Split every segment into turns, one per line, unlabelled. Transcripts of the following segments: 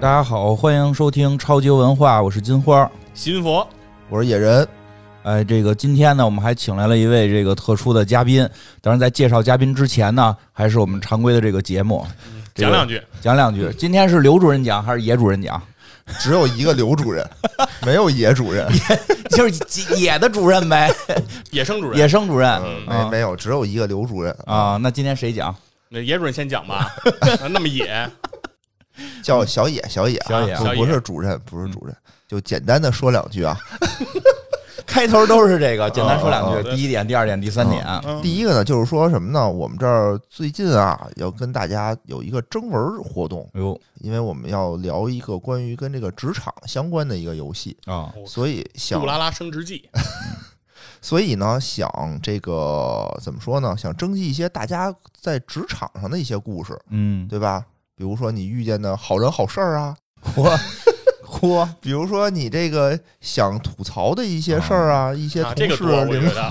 大家好，欢迎收听超级文化，我是金花。
新佛
我是野人，
哎，这个今天呢，我们还请来了一位这个特殊的嘉宾。当然，在介绍嘉宾之前呢，还是我们常规的这个节目，这
讲
个
两句，
讲两句。今天是刘主任讲还是野主任讲？
只有一个刘主任，没有野主任，
就是野的主任呗，
野生主任
野，生主任。
嗯
啊
没没有，只有一个刘主任，
啊，那今天谁讲？
那野主任先讲吧，那么野，
叫小野，小野啊，
小野
不
小野
不是主任，不是主任，就简单的说两句啊。
开头都是这个，简单说
嗯
两
哦
句，
对
第一点、第二点、第三点。
嗯
第一个呢，就是说什么呢？我们这儿最近啊，要跟大家有一个征文活动，
哎呦
因为我们要聊一个关于跟这个职场相关的一个游戏，
啊，
所以想
杜拉拉升职记，
所以呢，想这个怎么说呢？想征集一些大家在职场上的一些故事，
嗯，
对吧？比如说你遇见的好人好事儿啊，我
嚯，
比如说你这个想吐槽的一些事儿啊，一些
啊，
同
这个
事
多，我觉
领
得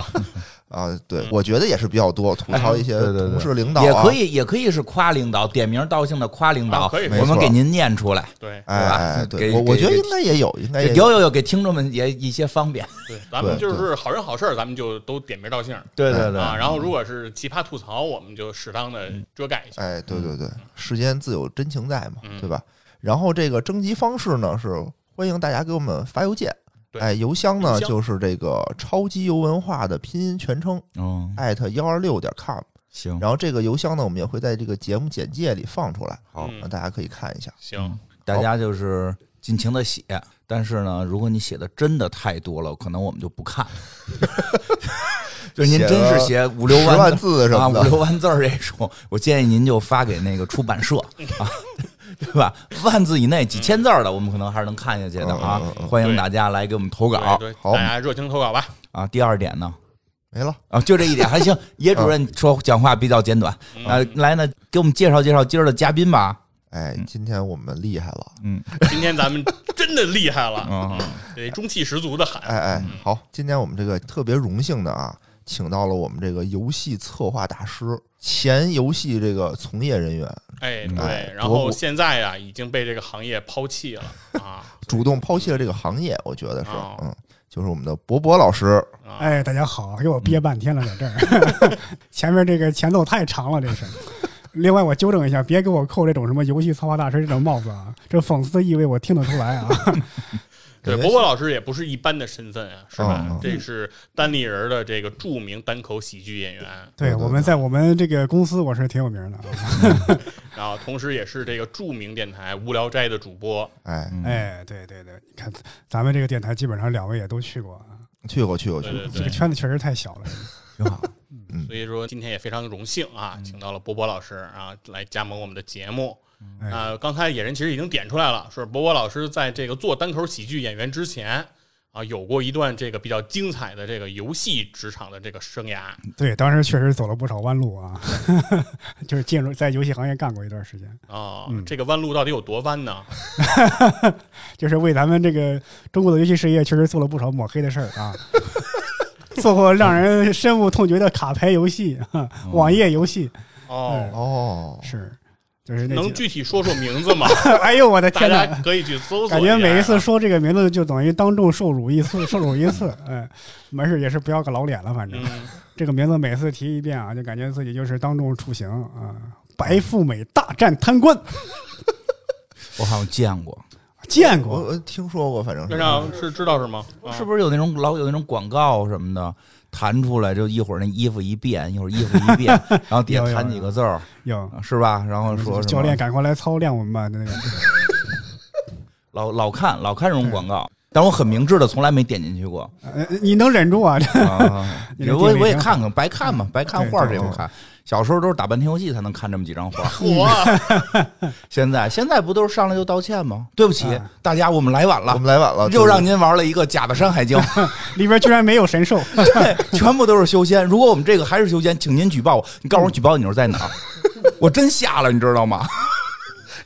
啊，对
嗯，
我觉得也是比较多，吐槽一些
哎对对对
同事领导啊
也可，以，也可以是夸领导，点名道姓的夸领
啊
导，
可以，
没
我们
错
给您念出来。
对
哎哎，
给
对我
给
我觉得
给
应该也有，应该也
有有有，给听众们也一些方便。
对，咱们
对
就是好人好事儿，咱们就都点名道姓
对
对
啊，然后如果是奇葩吐槽，我们就适当的遮盖一下，
哎，
嗯
对对对，世间自有真情在嘛，
嗯
对吧？然后这个征集方式呢是欢迎大家给我们发邮件，
对
哎，邮箱
邮
呢
箱
就是这个超级游文化的拼音全称
嗯，
艾特幺二六点 com，
行，
然后这个邮箱呢我们也会在这个节目简介里放出来，
好
嗯
让大家可以看一下。
行，
大家就是尽情的写，但是呢，如果你写的真的太多了，可能我们就不看。就您真是写五六
10
万
万字什
啊，
么
五
的，
六万字儿这种，我建议您就发给那个出版 社啊，对吧？万字以内、几千字儿的，我们可能还是能看下去的啊
嗯嗯嗯。嗯
欢迎大家来给我们投
对
稿
对，
好
大家热情投稿吧，
啊。第二点呢，
没了。
啊，就这一点还 行。野主
嗯
任说讲话比较简短，
嗯
啊，来呢，给我们介绍介绍今儿的嘉宾吧。
哎，
嗯
今天我们厉害了，
今天咱们真的厉害了，
嗯
嗯得中气十足的喊，
哎哎，好，今天我们这个特别荣幸的啊，请到了我们这个游戏策划大师、前游戏这个从业人员，
哎
哎
对，然
多
后
不
现在啊已经被这个行业抛弃了啊
主动抛弃了这个行业，我觉得是
哦，
嗯，就是我们的博博老师，
啊，
哎，大家好，给我憋半天了，在这儿， 前面这个前奏太长了，这是。另外，我纠正一下，别给我扣这种什么游戏策划大师这种帽子啊，这讽刺的意味我听得出来啊。
对，
感觉
博博老师也不是一般的身份啊，是吧？
嗯
哦
嗯
这是单立人的这个著名单口喜剧演员，
对，我们在我们这个公司我是挺有名的啊。
然后同时也是这个著名电台《无聊斋》的主播。
哎，
嗯
哎，对对对，你看咱们这个电台基本上两位也都去过啊，
去过去过去
对
过，
对
这
对，
个圈子确实太小了。
挺好。
所以说今天也非常荣幸
嗯
啊，请到了博博老师啊来加盟我们的节目。
哎
啊，刚才野人其实已经点出来了，说博博老师在这个做单口喜剧演员之前啊，有过一段这个比较精彩的这个游戏职场的这个生涯。
对，当时确实走了不少弯路啊， 就是进入在游戏行业干过一段时间，
啊、
嗯
这个弯路到底有多弯呢？
就是为咱们这个中国的游戏事业确实做了不少抹黑的事儿啊，做过让人深恶痛绝的卡牌游戏、啊网页游戏，
哦，
哦，
是，就是哎那
能
几
具体说说名字吗？
哎呦我的
大
天
家
哪！
可以去搜索下啊。
感觉每一次说这个名字就等于当众受辱一次，受辱一次。哎，没事也是不要个老脸了，反正
嗯，
这个名字每次提一遍啊，就感觉自己就是当众处刑啊。
嗯
白富美大战贪官，
我好像见过，
见
我
过
我听说过，反正
那
是
让是知道是吗？啊
是不是有那种老有那种广告什么的弹出来，就一会儿那衣服一变，一会儿衣服一变，然后底下
有有
弹几个字儿，
有
是吧？然后说什么
教练赶快来操练我们吧，那个。
老老看老看这种广告，但我很明智的从来没点进去过。
呃，你能忍住啊？
啊
你这地
我
位
我也
挺好
看看，白看嘛，白看画儿
对
这种看。小时候都是打半天游戏才能看这么几张画儿，
我
现在现在不都是上来就道歉吗？对不起
啊，
大家，我们来晚
我
了
们。来晚了，
又
就是
让您玩了一个假的《山海经》，
里边居然没有 神兽，
哎
对，全部都是修仙。如果我们这个还是 修仙，请您举报我。你告诉我举报你是在哪儿？我真瞎了，你知道吗？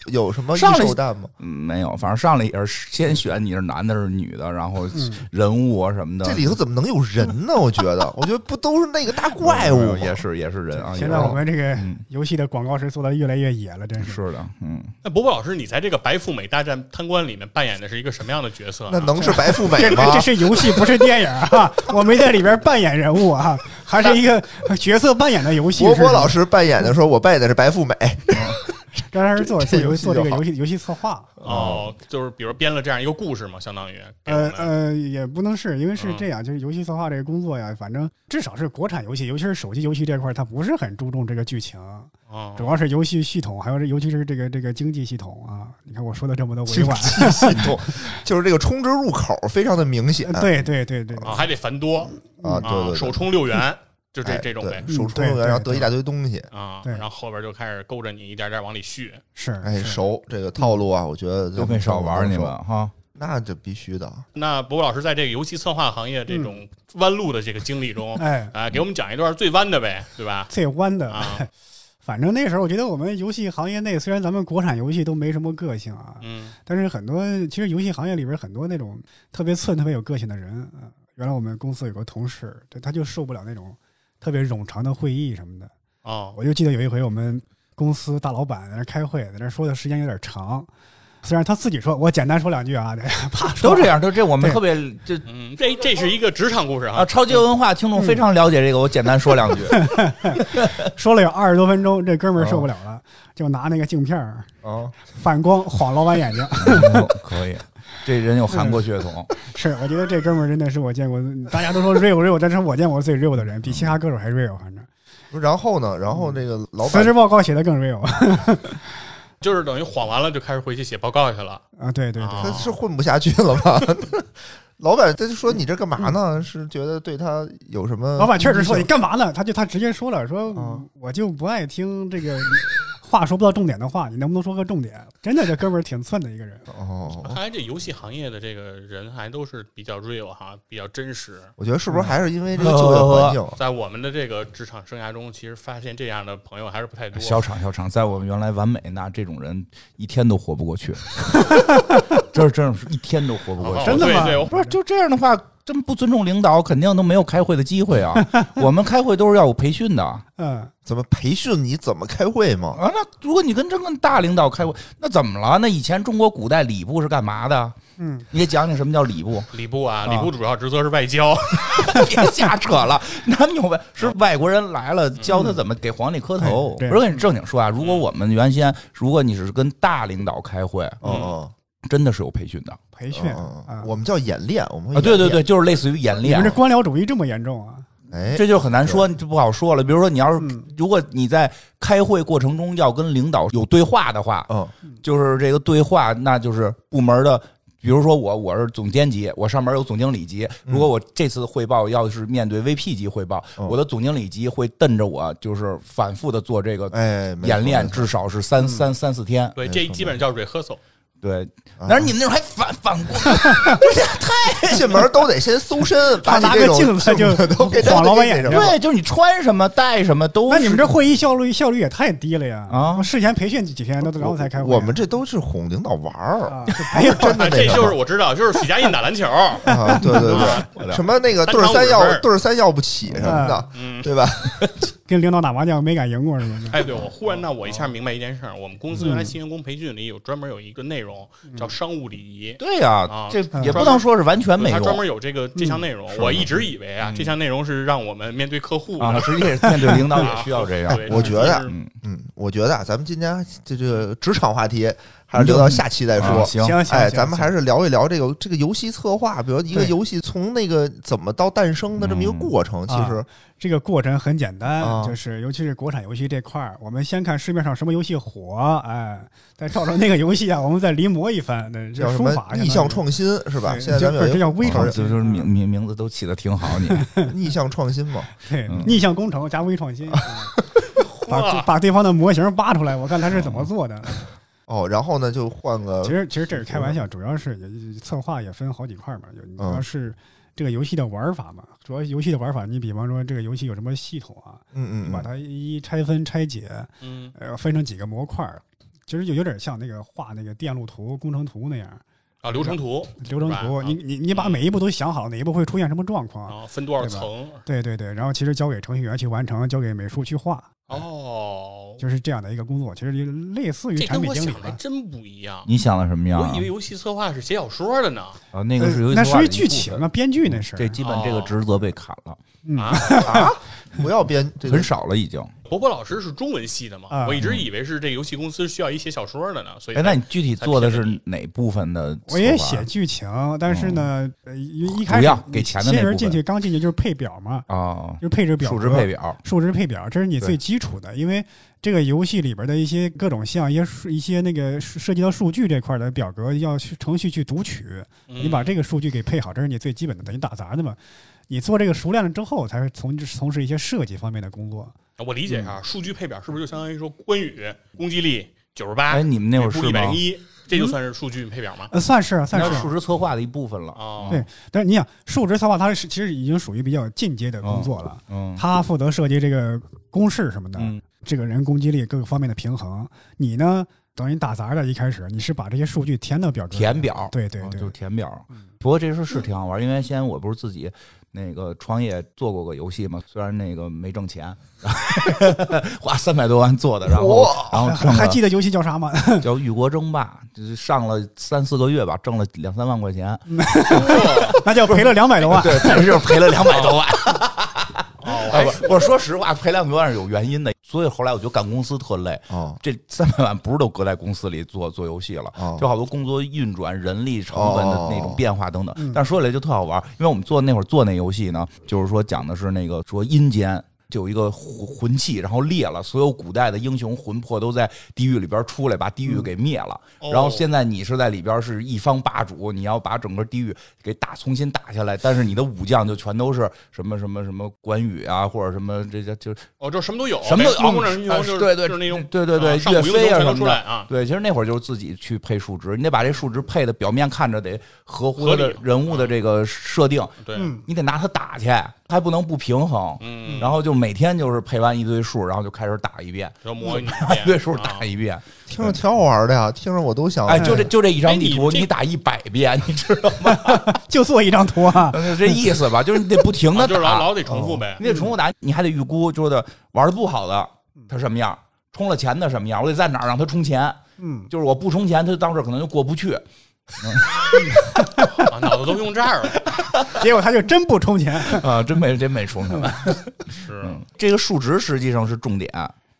有什么预
上来
售弹吗？
嗯，没有，反正上来也是先选你是男的是女的，然后人物啊什么的。
这里头怎么能有人呢？我觉得，我觉得不都是那个大怪物吗？
也是也是人啊。
现
也
在
是
我们这个
嗯
游戏的广告词做的越来越野了，真是。
是的，嗯，
那伯伯老师，你在这个《白富美大战贪官》里面扮演的是一个什么样的角色、啊？
那能是白富 美
这
吗？
哎这是游戏，不是电影啊！ 我没在里边扮演人物啊，还是一个角色扮演的游戏。
博
是哎吧
博老师扮演的说，我扮演的是白富美，
当然是做
这这
做
游
游
戏
做这个
就好
游戏游戏策划。
哦，就是比如编了这样一个故事嘛，相当于给
哎
我
呃
们
呃，也不能是因为
嗯
是这样，就是游戏策划这个工作呀，反正至少是国产游戏，尤其是手机游戏这块儿，它不是很注重这个剧情，啊
哦
主要是游戏系统，还有这尤其是这个这个经济系统啊。你看我说的这么多委
经
婉，
济系统 就是这个充值入口非常的明显。
对对对对，
哦
啊，还得繁多
啊，对
啊，
对
首
对，
充六元，就这
哎
这种
对
呗
手充
嗯
入
对
口然后
对
得一大堆东西。
啊，
对
然后后边就开始勾着你一点点往里续。
是
哎，
是
熟这个套路啊，我觉得
都没少玩儿你们
们，
哈。
那这必须的。
那伯伯老师在这个游戏策划行业这
嗯
种弯路的这个经历 中，
哎，
啊，给我们讲一段最弯的呗，对吧？
最弯的。
啊，
反正那时候我觉得我们游戏行业内，虽然咱们国产游戏都没什么个性啊，
嗯，
但是很多其实游戏行业里边很多那种特别寸、特别有个性的人啊。原来我们公司有个同事，对他就受不了那种特别冗长的会议什么的。
哦，
我就记得有一回我们公司大老板在那开会，在那说的时间有点长，虽然他自己说，我简单说两句啊，对， 啪说
都这样，都这我们
对
特别这
嗯，这这是一个职场故事
啊，
哈，
超级文化听众非常了解这个，我简单说两句。
说了有二十多分钟，这哥们儿受不了
哦
了，就拿那个镜片儿
啊，
反光晃老板眼睛。
嗯 可以，这人有韩国血统，
是，我觉得这哥们儿真的是我见过，大家都说 real real，但是我见过最 real 的人，比嘻哈歌手还 real，反正
然后呢，然后这个嗯老
辞
板
职报告写的更 real
就是等于晃完了就开始回去写报告去了。
啊！对对对，
啊
他是混不下去了吧？ 老板他就说你这干嘛呢？是觉得对他有什么？
老板确实说你干嘛呢？他就他直接说了，说
嗯啊
我就不爱听这个话说不到重点的话，你能不能说个重点？真的，这哥们儿挺寸的一个人。
哦
看，来这游戏行业的这个人还都是比较 real 哈，比较真实。
我觉得是不是还是因 为这个就业环境？
在我们的这个职场生涯中，其实发现这样的朋友还是不太多。
小厂小厂，在我们原来完美那这种人一天都活不过去， 这真是一天都活不过
哦
去。
真的吗
对对，
不是就这样的话，真不尊重领导，肯定都没有开会的机会 啊。我们开会都是要有培训的啊。
嗯，
怎么培训你怎么开会吗？
那如果你跟真跟大领导开会，那怎么了？那以前中国古代礼部是干嘛的？
嗯，
你给讲讲什么叫礼部？
礼部
啊
啊，礼部主要职责是外交，
别瞎扯了，哪有呗？是外国人来了，教他怎么给皇帝磕头。
嗯哎对对嗯
我跟你正经说啊，如果我们原先，如果你是跟大领导开会，
哦哦
真的是有培训的
培
哦
训
哦
啊，
我们叫演练，我们会
啊！对对
演练
对，就是类似于演
你
练
们这。官僚主义这么严重啊？
哎，
这就很难说，就不好说了。比如说，你要是
嗯
如果你在开会过程中要跟领导有对话的话，呃
嗯
就是这个对话，那就是部门的。比如说我我是总监级，我上面有总经理级。如果我这次汇报要是面对 VP 级汇报，
嗯
我的总经理级会瞪着我，就是反复的做这个
哎，没错
演 练，
没错
至少是三三三四天。
对，
没
这
错
基本上叫 rehearsal。
对，
啊
但是你们那种还反反过，
进门都得先搜 身，把你
他拿
这
个
种
镜子就
都给
晃老板眼睛。
对，就是你穿什么带什么都是。
那你们这会议效率效率也太低了呀！
啊
事前培训几天，都然后才开会。
我们这都是哄领导玩儿。
啊，哎呦，
真的
啊，
那
这
个
就是我知道，就是许家印打篮球，
啊，对对
啊
对，什么那个
单
对儿
场
三
五
要
分儿
对儿三要不起什么的，
嗯，
对吧？
跟领导打麻将没敢赢过是吗？
哎，对我忽然呢，我一下明白一件事儿，我们公司原来新员工培训里有专门有一个内容叫商务礼仪。
对呀、
啊
这也
专门
不能说是完全没
它专
用
门有这个这项内容，
是
我一直以为啊，这项内容是让我们面对客户
啊，
的。
实际面对领导也需要这样。
哎
对
我觉得
就是
嗯，
嗯，我觉得啊，咱们今天这这个职场话题还是留到下期再
啊
说。
行，
嗯行行，
哎，
行
咱们还是聊一聊这个这个游戏策划，比如一个
对
游戏从那个怎么到诞生的这么一个
嗯
过程，其实
这个过程很简单，
啊
就是尤其是国产游戏这块儿，我们先看市面上什么游戏火，哎，再照着那个游戏啊，我们再临摹一番，那这
叫什
书
么
法
逆向，创新是吧？
对
现在咱们
这
有一
这叫微
啊
创
就
新
就是名名名字都起的挺 好，你
个逆向创新嘛，
相当于对、
嗯
逆向工程加微创 新，嗯把
啊
把对方的模型挖出来，我看他是怎么做的。
哦，然后呢就换个
其实其实这是开玩笑，主要是也策划也分好几块儿嘛，有你主
嗯
要是这个游戏的玩儿法嘛，主要游戏的玩儿法，你比方说这个游戏有什么系统啊，
嗯
你
嗯
把
嗯
它一一拆分拆解，
嗯，
呃，分成几个模块儿，其实就有点像那个画那个电路图、工程图那样
啊，流程图，
流程
是
图。
吧啊哦
你你你把每一步都想好，哪一步会出现什么状况，
然后啊分多少
对吧
层，
对对对，然后其实交给程序员去完成，交给美术去画，
哦，
哎就是这样的一个工作，其实就类似于
这
产
跟
品
我
经理
想的还
吧。
真不一样。
你想的什么样啊？
我以为游戏策划是写小说的呢，
啊，那个是游
呃
戏
那
策划
属于
的一
剧
部
情
分
啊，编剧那是。
这基本这个
哦
职责被砍了，
嗯
啊，
啊，不要编这个
很少了已经。
伯伯老师是中文系的嘛，
啊
我一直以为是这个游戏公司需要一写小说的呢，所
嗯
以
哎，那你具体做的
才
是
骗
哪部分的？啊
我也写剧情，但是呢，呃一一开
不
始
要哦给钱的
新
那
人
部
进
分
去刚进去就是配表嘛，
啊，
就是配置表
数
格，
值配
啊
表，
数值配表，这是你
对
最基础的，因为这个游戏里边的一些各种项、一些数一些那个涉涉及到数据这块的表格，要去程序去读取，
嗯
嗯
你把这个数据给配好，这是你最基本的，等于打杂的嘛。你做这个熟练了之后，才会从从事一些设计方面的工作。
个啊我理解一
嗯
下，数据配表是不是就相当于说关羽攻击力九十八
哎，，你们那会儿是嗯
一百
吗
零？一，这就算是数据配表吗？
呃，算是算
那
是
数，值策划的一部分了。
哦，
对但是你想，数值策划它是其实已经属于比较进阶的工作了，
嗯，
他负责设计这个公式什么的，
嗯
这个人攻击力各个方面的平衡。你呢，等于打杂的，一开始你是把这些数据填到表格里，
填表
对对
啊
对
就是填表。
嗯
不过这事儿是挺好玩儿，因为先我不是自己那个创业做过个游戏嘛，虽然那个没挣钱， 花三百多万做的，然后然后
还
挣
还
了
记得游戏叫啥吗？
叫《玉国争霸》，就是上了三四个月吧，挣了两三万块钱，
那叫赔了两百 多万。
对，但是就是赔了两百多万。
哦，
哎不，我说实话，赔两百多万是有原因的，所以后来我觉得干公司特累。
哦
这三百万不是都搁在公司里做做游戏了，
哦
就好多工作运转、人力成本的那种变化等等。
嗯
但说起来就特好玩，因为我们做那会儿做那游戏呢，就是说讲的是那个说阴间。就有一个魂魂器，然后裂了，所有古代的英雄魂魄都在地狱里边出来，把地
嗯
狱给灭了。
哦
然后现在你是在里边是一方霸主，你要把整个地狱给打重新打下来，但是你的武将就全都是什么什么什么关羽啊，或者什么这些就是
哦，这什么都有，
什么都有
北方工程英雄就是
对对
就是那种
对对对
啊上
岳
古英
飞
雄
啊
全都
什么
出
的
来啊，
对，其实那会儿就是自己去配数值，你得把这数值配的表面看着得合乎他
合
的
理啊
人物的这个设定，
对，
嗯，
你得拿它打去，还不能不平衡。
嗯，
然后就每天就是配完一堆数，然后就开始打一遍，
要模拟
一堆数打
一遍
一遍。
听着挺好玩的呀，听着我都想
哎，就这就这一张地
哎
图，
你这
你打一百遍，你知道吗？
就做一张图啊。
就这意思吧，就是你得不停
啊
的
啊就是老
打，
老得重复呗，
你得重复打，你还得预估，就是的玩的不好的他什么样，充了钱的什么样，我得在哪儿让他充钱。
嗯，
就是我不充钱，他到这儿可能就过不 去。
啊脑子都用这儿了，
结果他就真不充钱。
啊，真没真没充什么。
是
嗯，这个数值实际上是重点。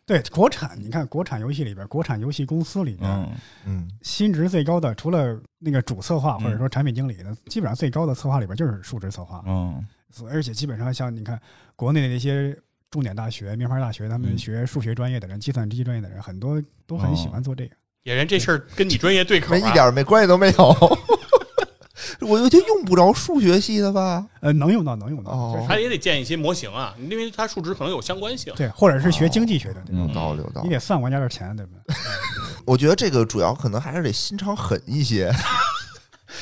对，国产，你看国产游戏里边，国产游戏公司里边，
嗯，
嗯
薪职最高的，除了那个主策划或者说产品经理的，基本上最高的策划里边就是数值策划。
嗯，
所以而且基本上像你看国内的那些重点大学、名牌大学，他们
嗯哦
学数学专业的人、计算机专业的人，很多都很喜欢做这个。
演员这事儿跟你专业对口啊
没一点儿没关系都没有。 我有些用不着数学系的吧？
呃，能用到，能用到，
哦
就是
他也得建一些模型啊，因为它数值可能有相关性。
对，或者是学经济学的，对吧
有
嗯
道理，有道
你
理。
得算玩家的钱，对不对？
我觉得这个主要可能还是得心肠狠一些，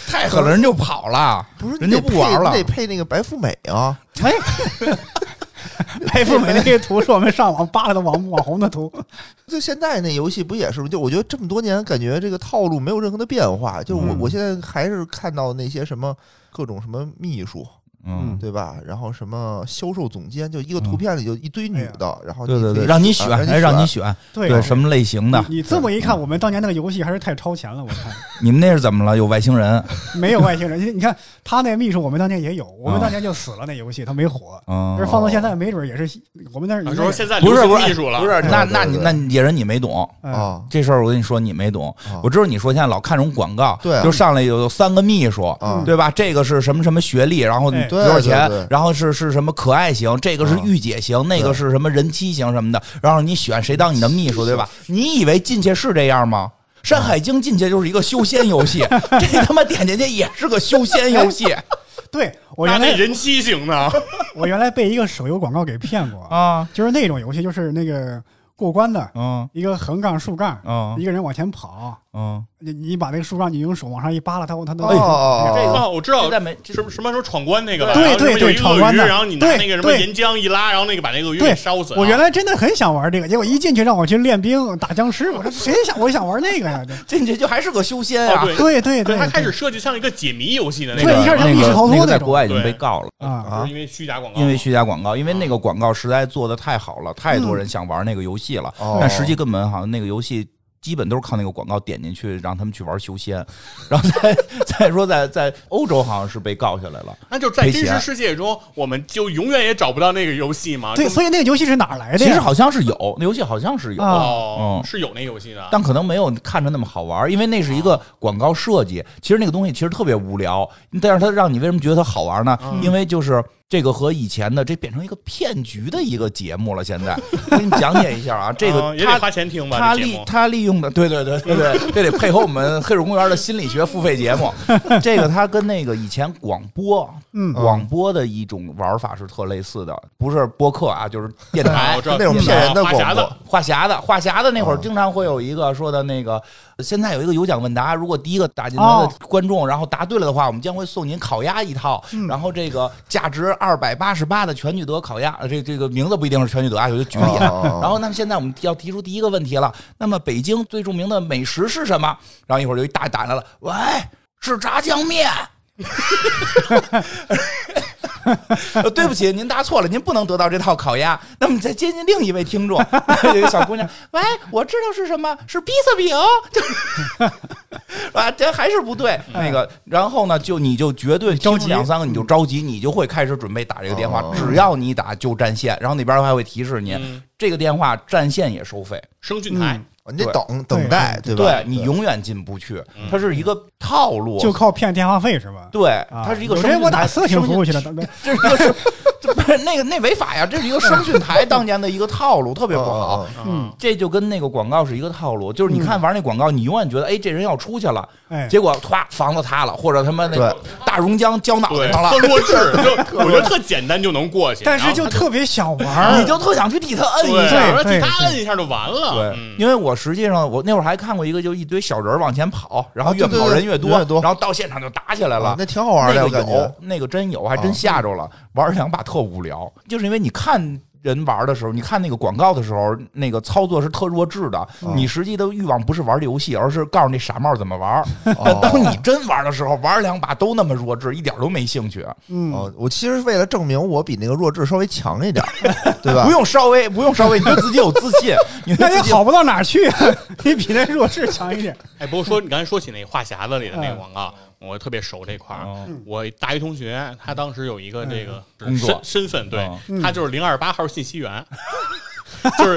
太狠了，人就跑了，
不是
人
你
就
得
不玩
配
了
你。得配那个白富美啊。
白富美那个图是我们上网扒来的网网红的图，
就现在那游戏不也是吗？就我觉得这么多年，感觉这个套路没有任何的变化。就我、
嗯
我现在还是看到那些什么各种什么秘书，
嗯，
对吧？然后什么销售总监，就一个
嗯
图片里就一堆女的，然后
对对
你可
对，
以
让你
选
选，
啊
哎，让你选，
对 啊
对什么类型的？
你这么一看，我们当年那个游戏还是太超前了。我看
你们那是怎么了？有外星 人？
没有外星人，你看他那秘书，我们当年也有，我们当年就死了那游戏，他没火。
嗯
就是，放到现在，没准也是我们那
啊
儿
说现在
不是
流
不
行
是
艺术了，
不是，那
对对
那你
对
那野人你没懂
啊，
啊
这事儿，我跟你说你没懂
啊。
我知道你说现在老看这种广告，
对啊
就上来有有三个秘书，
啊，
对吧？这个是什么什么学历，然后
嗯哎
多少钱
对对对，啊
然后是是什么可爱型，这个是御姐型，那个是什么人妻型什么的，然后你选谁当你的秘书，对吧？你以为进去是这样
啊
吗？《山海经》进去就是一个修仙游 戏，这他妈点进去也是个修仙游 戏
对我
那
原
那
来
人机型呢？
我原来被一个手游广告给骗过，
啊！
就是那种游戏，就是那个过关的
嗯
一个横杠竖杠，
嗯
一个人往前跑，
嗯，
你你把那个树让你用手往上一扒拉，它它能
哎
哦哦
这
哦，
哎个我知道
现，在没这
什么什么时候闯关那个吧？
对
然后
对
里面有
对
一个
闯
鳄
关
鱼，
的
然后你拿
对
那个什么
对
岩浆一拉，然后那个把那个鳄鱼
对
给烧死啊。
我原来真的很想玩这个，结果一进去让我去练兵打僵尸，我说谁想我想玩那个呀？这
进去就还是个修仙啊
哦，对
对
对，
对对，
他开始设计像一个解谜游戏的那
对一开
个
始
那
像密室
个
逃脱
那个
那
在
种
国外已经被
对
告了。
啊，
就是因为虚假广告，
因为虚假广告，因为那个广告实在做的太好了，太多人想玩那个游戏了，
哦
但实际根本好像那个游戏。基本都是靠那个广告点进去，让他们去玩修仙，然后再再说在在欧洲好像是被告下来了，
那就在
赔
真实
钱
世界中，我们就永远也找不到那个游戏嘛。
对，
就
所以哎那个游戏是哪儿来的
其
呀？
实好像是有，那游戏好像是有，
啊
哦，
嗯
是有那游戏的。
但可能没有看着那么好玩，因为那是一个广告设计。其实那个东西其实特别无聊，但是它让你为什么觉得它好玩呢？因为就是这个和以前的这变成一个骗局的一个节目了。现在我给你讲解一下啊，这
嗯
个
也得
它
花钱听吧？
他
这节
利
目啊
他利用的，对对对对对，这得配合我们黑水公园的心理学付费节 目。这个它跟那个以前广播，
嗯
广播的一种玩法是特类似的，不是播客啊，就是电
啊
台
我
哦
知道
那种
电脑
骗人的
花匣子
广播，
话匣子，话匣子那会儿
嗯
经常会有一个说的那个，现在有一个有奖问答，如果第一个打进来的
哦
观众，然后答对了的话，我们将会送您烤鸭一套，
嗯
然后这个价值二百八十八的全聚德烤鸭，呃这这个名字不一定是全聚德啊，我就举
哦
例啊。然
然
后，那么现在我们要提出第一个问题了，那么北京最著名的美食是什么？然后一会儿就一打打来了，喂，是炸酱面。呃对不起，您答错了，您不能得到这套烤鸭。那么再接近另一位听众，有一个小姑娘，喂，我知道是什么，是披萨饼，啊，这还是不对。那个，然后呢，就你就绝对
着急
听两三个你就着急，你就会开始准备打这个电话
哦，
只要你打就占线，然后那边还会提示您，
嗯
这个电话占线也收费，
声讯台
嗯
你得等等待，对嗯吧？
对你永远进不去，它是一个套路。
就靠骗电话费是吧？
对，
啊
它是一个
有
声
些
讯
人
台。
我打色情服务去了，
声
大哥。
讯，这是一个声，这不是那个那违法呀，这是一个声讯 台当年的一个套路，特别不好。
哦，哦哦
啊
嗯，
这就跟那个广告是一个套路，就是你看玩那广告，你永远觉得哎这人要出去了，
哎，
结果唰房子塌了，或者他妈那
对
大熔浆浇脑
对
袋上了
特，弱智，就我觉得特简单就能过去。
但是就
然后
特别想玩儿，
你就特想去替他摁
对，
一下。
然后
对对
他摁一下就完了。嗯
因为我实际上我那会儿还看过一个，就一堆小人儿往前跑，然后
啊
越
对对
跑
对
人越多，
人越多
然后到现场就打起来了。
啊那挺好玩的，
那
我
个
感
有
觉，
那个真有，还真吓着了。玩儿两把特无聊，就是因为你看人玩儿的时候，你看那个广告的时候，那个操作是特弱智的。你实际的欲望不是玩儿这游戏，而是告诉那傻帽儿怎么玩儿。但当你真玩儿的时候，玩儿两把都那么弱智，一点儿都没兴趣。
嗯，
哦，我其实是为了证明我比那个弱智稍微强一点，对吧
不？用稍微，不用稍微，你对自己有自信，你对
那
自
也
己有
好不到哪儿去，啊 你比那弱智强 一点。
哎，不过说你刚才说起那话匣子里的那
嗯
个广告，我特别熟这块儿。我大学同学他当时有一个这个
工作
身身份，对
哦
他就是零二八号信息源。 就是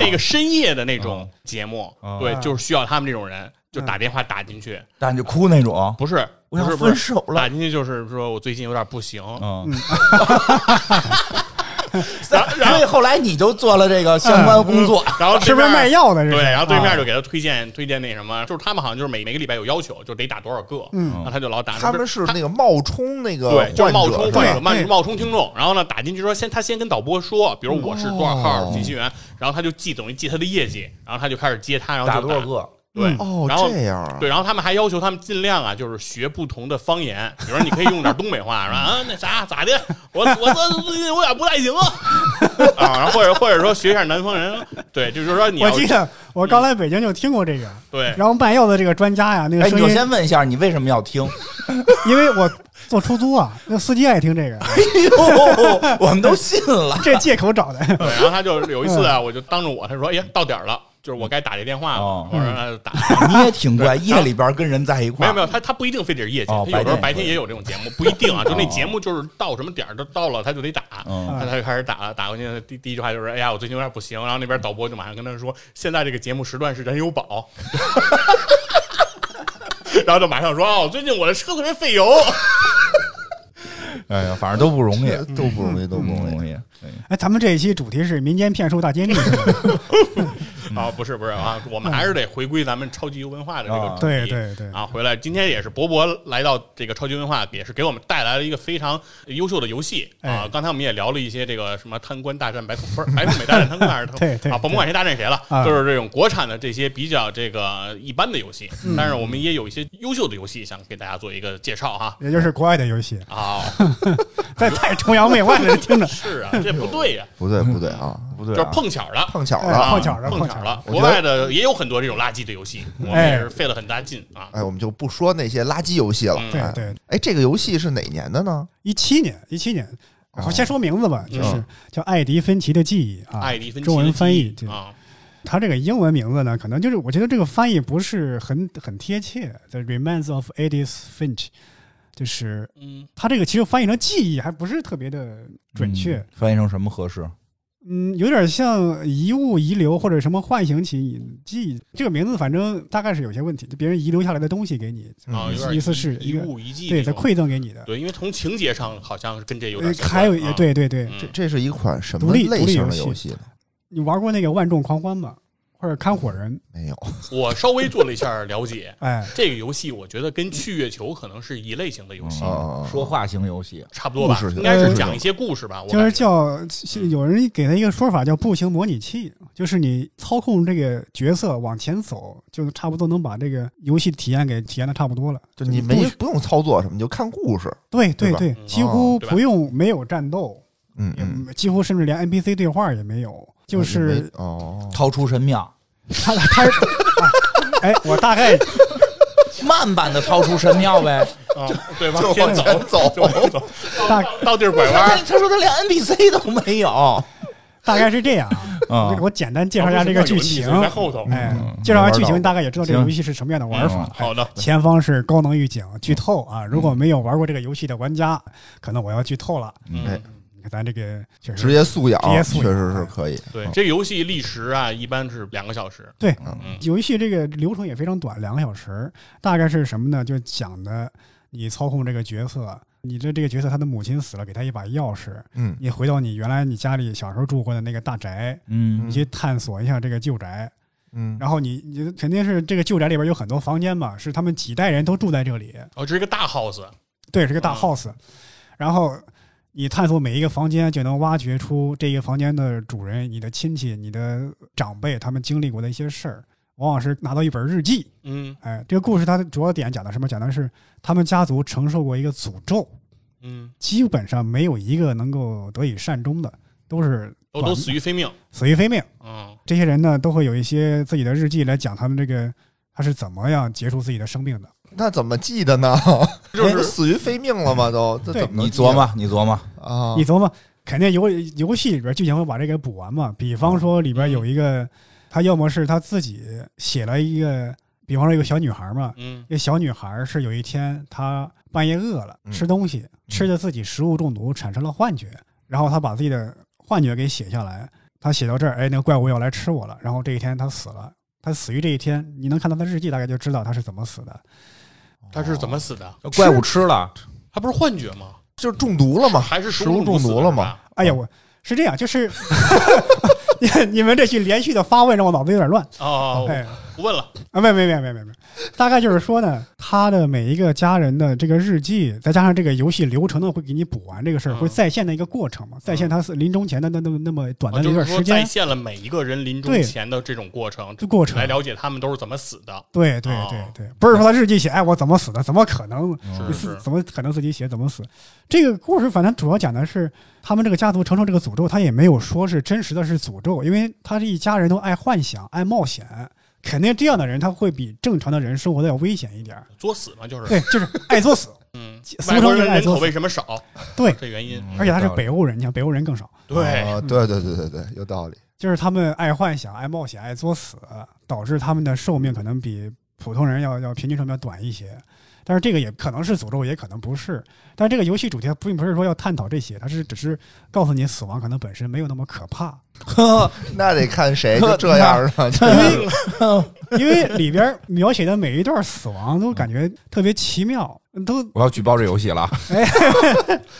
那个深夜的那种节目，对，
嗯
就是需要他们这种人，就打电话打进去，
但就哭那 种。
不是，
嗯我
不
要
是不是哦
分手了
打进去就是说我最近有点不行，
嗯，然后所以后来你就做了这个相关工作，
然后
是
对
不是
面
卖药的？这是
对，然后对面
啊
就给他推荐推荐那什么，就是他们好像就是每每个礼拜有要求，就得打多少个，
嗯
然后他就老打。
他们是那个冒充那个
对，就是
患
冒
者
充
是
患
吧
者，冒
对
冒充听众，然后呢打进去说先他先跟导播说，比如我是多少号
哦
信息源，然后他就记等于记他的业绩，然后他就开始接他，然后
打
就
多少个？
对，
哦，
然后
这样啊，
对，然后他们还要求他们尽量啊，就是学不同的方言，比如说你可以用点东北话，说啊那啥咋的，我我这最近有点不太行啊，啊，然后或者或者说学一下南方人，对，就是说你
我
要
记得我刚来北京就听过这个，
对，
然后卖药的这个专家呀，那
嗯
个
哎，你
声
就
音，
先问一下，你为什么要听？
因为我坐出租啊，那司机爱听 这个，
哟， 我们都信了。
这借口找的。
对，然后他就有一次啊，我就当着我，他说：“哎呀，到点儿了，就是我该打这电话了。
哦
我说：“那就打。
你也挺怪，夜里边跟人在一
没
块
有没
儿，
有，他他不一定非得是夜间，
哦
他有时候白
白天也
天
会哦
也有这种节目，不一定 啊。就那节目就是到什么点儿都到了，他就得打，
嗯
他他就开始打了，打过去第第一句话就是：哎呀，我最近有点不行。然后那边导播就马上跟他说：现在这个节目时段是人有宝。 然后就马上说：哦，最近我的车特别费油。
哎呀，反正都不容易，
都
嗯
不容易，都
都
不容易。
哎
易。
哎，咱们这一期主题是民间骗术大揭秘，是吧
啊，
嗯
不是不是啊，我们还是得回归咱们超级游文化的这个
啊
主题
对对对
啊，回来今天也是博博来到这个超级文化，也是给我们带来了一个非常优秀的游戏啊
哎。
刚才我们也聊了一些这个什么贪官大战白富不是白富美大战 贪官还是
对对
啊，甭管谁大战谁了，
啊
就是这种国产的这些比较这个一般的游戏，
嗯
但是我们也有一些优秀的游戏想给大家做一个介绍哈。
也就是国外的游戏，
啊，
这太崇洋媚外了，这听着。
是啊，这不对呀、
不对不对啊，
不
就
对、
是
啊，
碰巧的，
碰巧
嗯哎
了。
啊
碰巧了
碰
碰
巧
巧
了
了。
国外的也有很多这种垃圾的游戏，我
哎
们也是费了很大劲啊。
哎，我们就不说那些垃圾游戏了。
嗯
对
哎
对，
哎，这个游戏是哪年的呢？
一七年，一七年，然后先说名字吧，就是
嗯
叫《艾迪芬奇的记忆》啊，
艾迪芬奇的
中文翻译
记忆啊，
它这个英文名字呢，可能就是我觉得这个翻译不是很很贴切，《The Remains of Edith Finch》，就是
嗯，
它这个其实翻译成记忆还不是特别的准确，
嗯翻译成什么合适？
嗯，有点像遗物遗留或者什么唤醒起记忆这个名字，反正大概是有些问题，就别人遗留下来的东西给你，
嗯
啊，有点
嗯意思是
一
一个
物一记
对，
这种
它馈赠给你的。
对，因为从情节上好像是跟这有
呃
点相关
还有也
啊，
对对对，
这
嗯
这是一款什么
独立
类型的
独立
游
游
戏呢？
你玩过那个《万众狂欢》吗？或者《看火人》？，
没有，
我稍微做了一下了解
哎，
这个游戏我觉得跟去月球可能是一类型的游戏
嗯，
哦
说话型游戏，
差不多吧
故事，型
应该是
呃
讲一些故事吧，我嗯
就是
感觉
叫有人给他一个说法叫步行模拟器，就是你操控这个角色往前走，就差不多能把这个游戏体验给体验的差不多了。
就
就
你
步
没不用操作什么，你就看故事。
对对
对
对，
嗯
几
哦
乎不用没有战斗，
嗯嗯，
也几乎甚至连 NPC 对话也没有，就
哦
是
没哦，
逃出神庙，
他 他。哎，我大概
慢版的逃出神庙 呗。
啊，对吧？
就
先
往
走
前走，
走，
大
到到地儿拐弯
他
儿，
他说他连 NPC 都没有，
大概是这样啊，
嗯
我我简单介绍一下这个剧情
哦有。人在后头。
哎
嗯，
介绍完剧
没玩
情，
到
大概也知道这个游戏是什么样的 玩法
嗯。
哎
好的，
前方是高能预警剧透啊！如果没有玩过这个游戏的玩家，可能我要剧透了。
哎
嗯，
你看咱这个确
职
实
业素养
职业素
确
养哎
实是可以。
对，这个游戏历时啊，一般是两个小时。
对
嗯
游戏这个流程也非常短，两个小时。大概是什么呢？就讲的你操控这个角色，你的这个角色他的母亲死了，给他一把钥匙，
嗯
你回到你原来你家里小时候住过的那个大宅，
嗯
你去探索一下这个旧宅。
嗯，
然后你你肯定是这个旧宅里边有很多房间嘛，是他们几代人都住在这里，
哦，这是一个大 house，
对，是个大
啊
house。然后你探索每一个房间，就能挖掘出这个房间的主人、你的亲戚、你的长辈他们经历过的一些事儿。往往是拿到一本日记，
嗯
哎，这个故事它的主要点讲的什么？讲的是他们家族承受过一个诅咒，
嗯，
基本上没有一个能够得以善终的，都是
都都
短
死于非命。
死于非命。
嗯
这些人呢，都会有一些自己的日记来讲他们这个他是怎么样结束自己的生命的。
那怎么记得呢？
哎
就 是
死于非命了吗？都这
对
怎么能
你
记得
琢磨，你琢磨，
啊
你？琢磨，肯定游游戏里边剧情会把这给补完
啊
嘛。比方说里边有一个，他要么是他自己写了一个，比方说有个小女孩嘛，
嗯
这小女孩是有一天她半夜饿了，
嗯
吃东西吃的自己食物中毒，产生了幻觉，然后她把自己的幻觉给写下来。她写到这儿，哎，那个怪物要来吃我了。然后这一天她死了，她死于这一天，你能看到她日记，大概就知道她是怎么死的。
他
哦
是怎么死的？
怪物吃了，
他不是幻觉吗？
就是中毒了嘛？
还是
啊食物中毒了嘛？
嘛？
哎呀，我是这样，就是 你 你们这句连续的发问让我脑子有点乱。
哦，
哎，
不问了。
啊，没没没没没没，大概就是说呢，他的每一个家人的这个日记，再加上这个游戏流程呢，会给你补完这个事儿，
嗯
会再现的一个过程嘛，再现他是临终前的那那么那么短
啊
暂的
哦就
一
是
段
说
时
再
间
现了每一个人临终
对
前的这种过程，
的过程
来。了解他们都是怎么死的。
对对
哦
对对，不是说他日记写，哎，我怎么死的？怎么可能？
是是
你自怎么可能自己写怎么死？这个故事反正主要讲的是他们这个家族承受这个诅咒，他也没有说是真实的是诅咒，因为他这一家人都爱幻想、爱冒险，肯定这样的人他会比正常的人生活的要危险一点儿。
作死嘛，就是
对，就是爱作死。
嗯，
俗
外国
称
人
就是爱
人口
作
为
死，
什么少？
对
这原
嗯
因。
而且他是北欧人，你看北欧人更少，
对，嗯
啊对对对对对，有道理。
就是他们爱幻想、爱冒险、爱作死，导致他们的寿命可能比普通人要要平均寿命要短一些。但是这个也可能是诅咒，也可能不是。但是这个游戏主题它并不是说要探讨这些，它是只是告诉你死亡可能本身没有那么可怕，
呵，
那得看谁 就这样了。就是
因为里边描写的每一段死亡都感觉特别奇妙，都
我要举报这游戏了。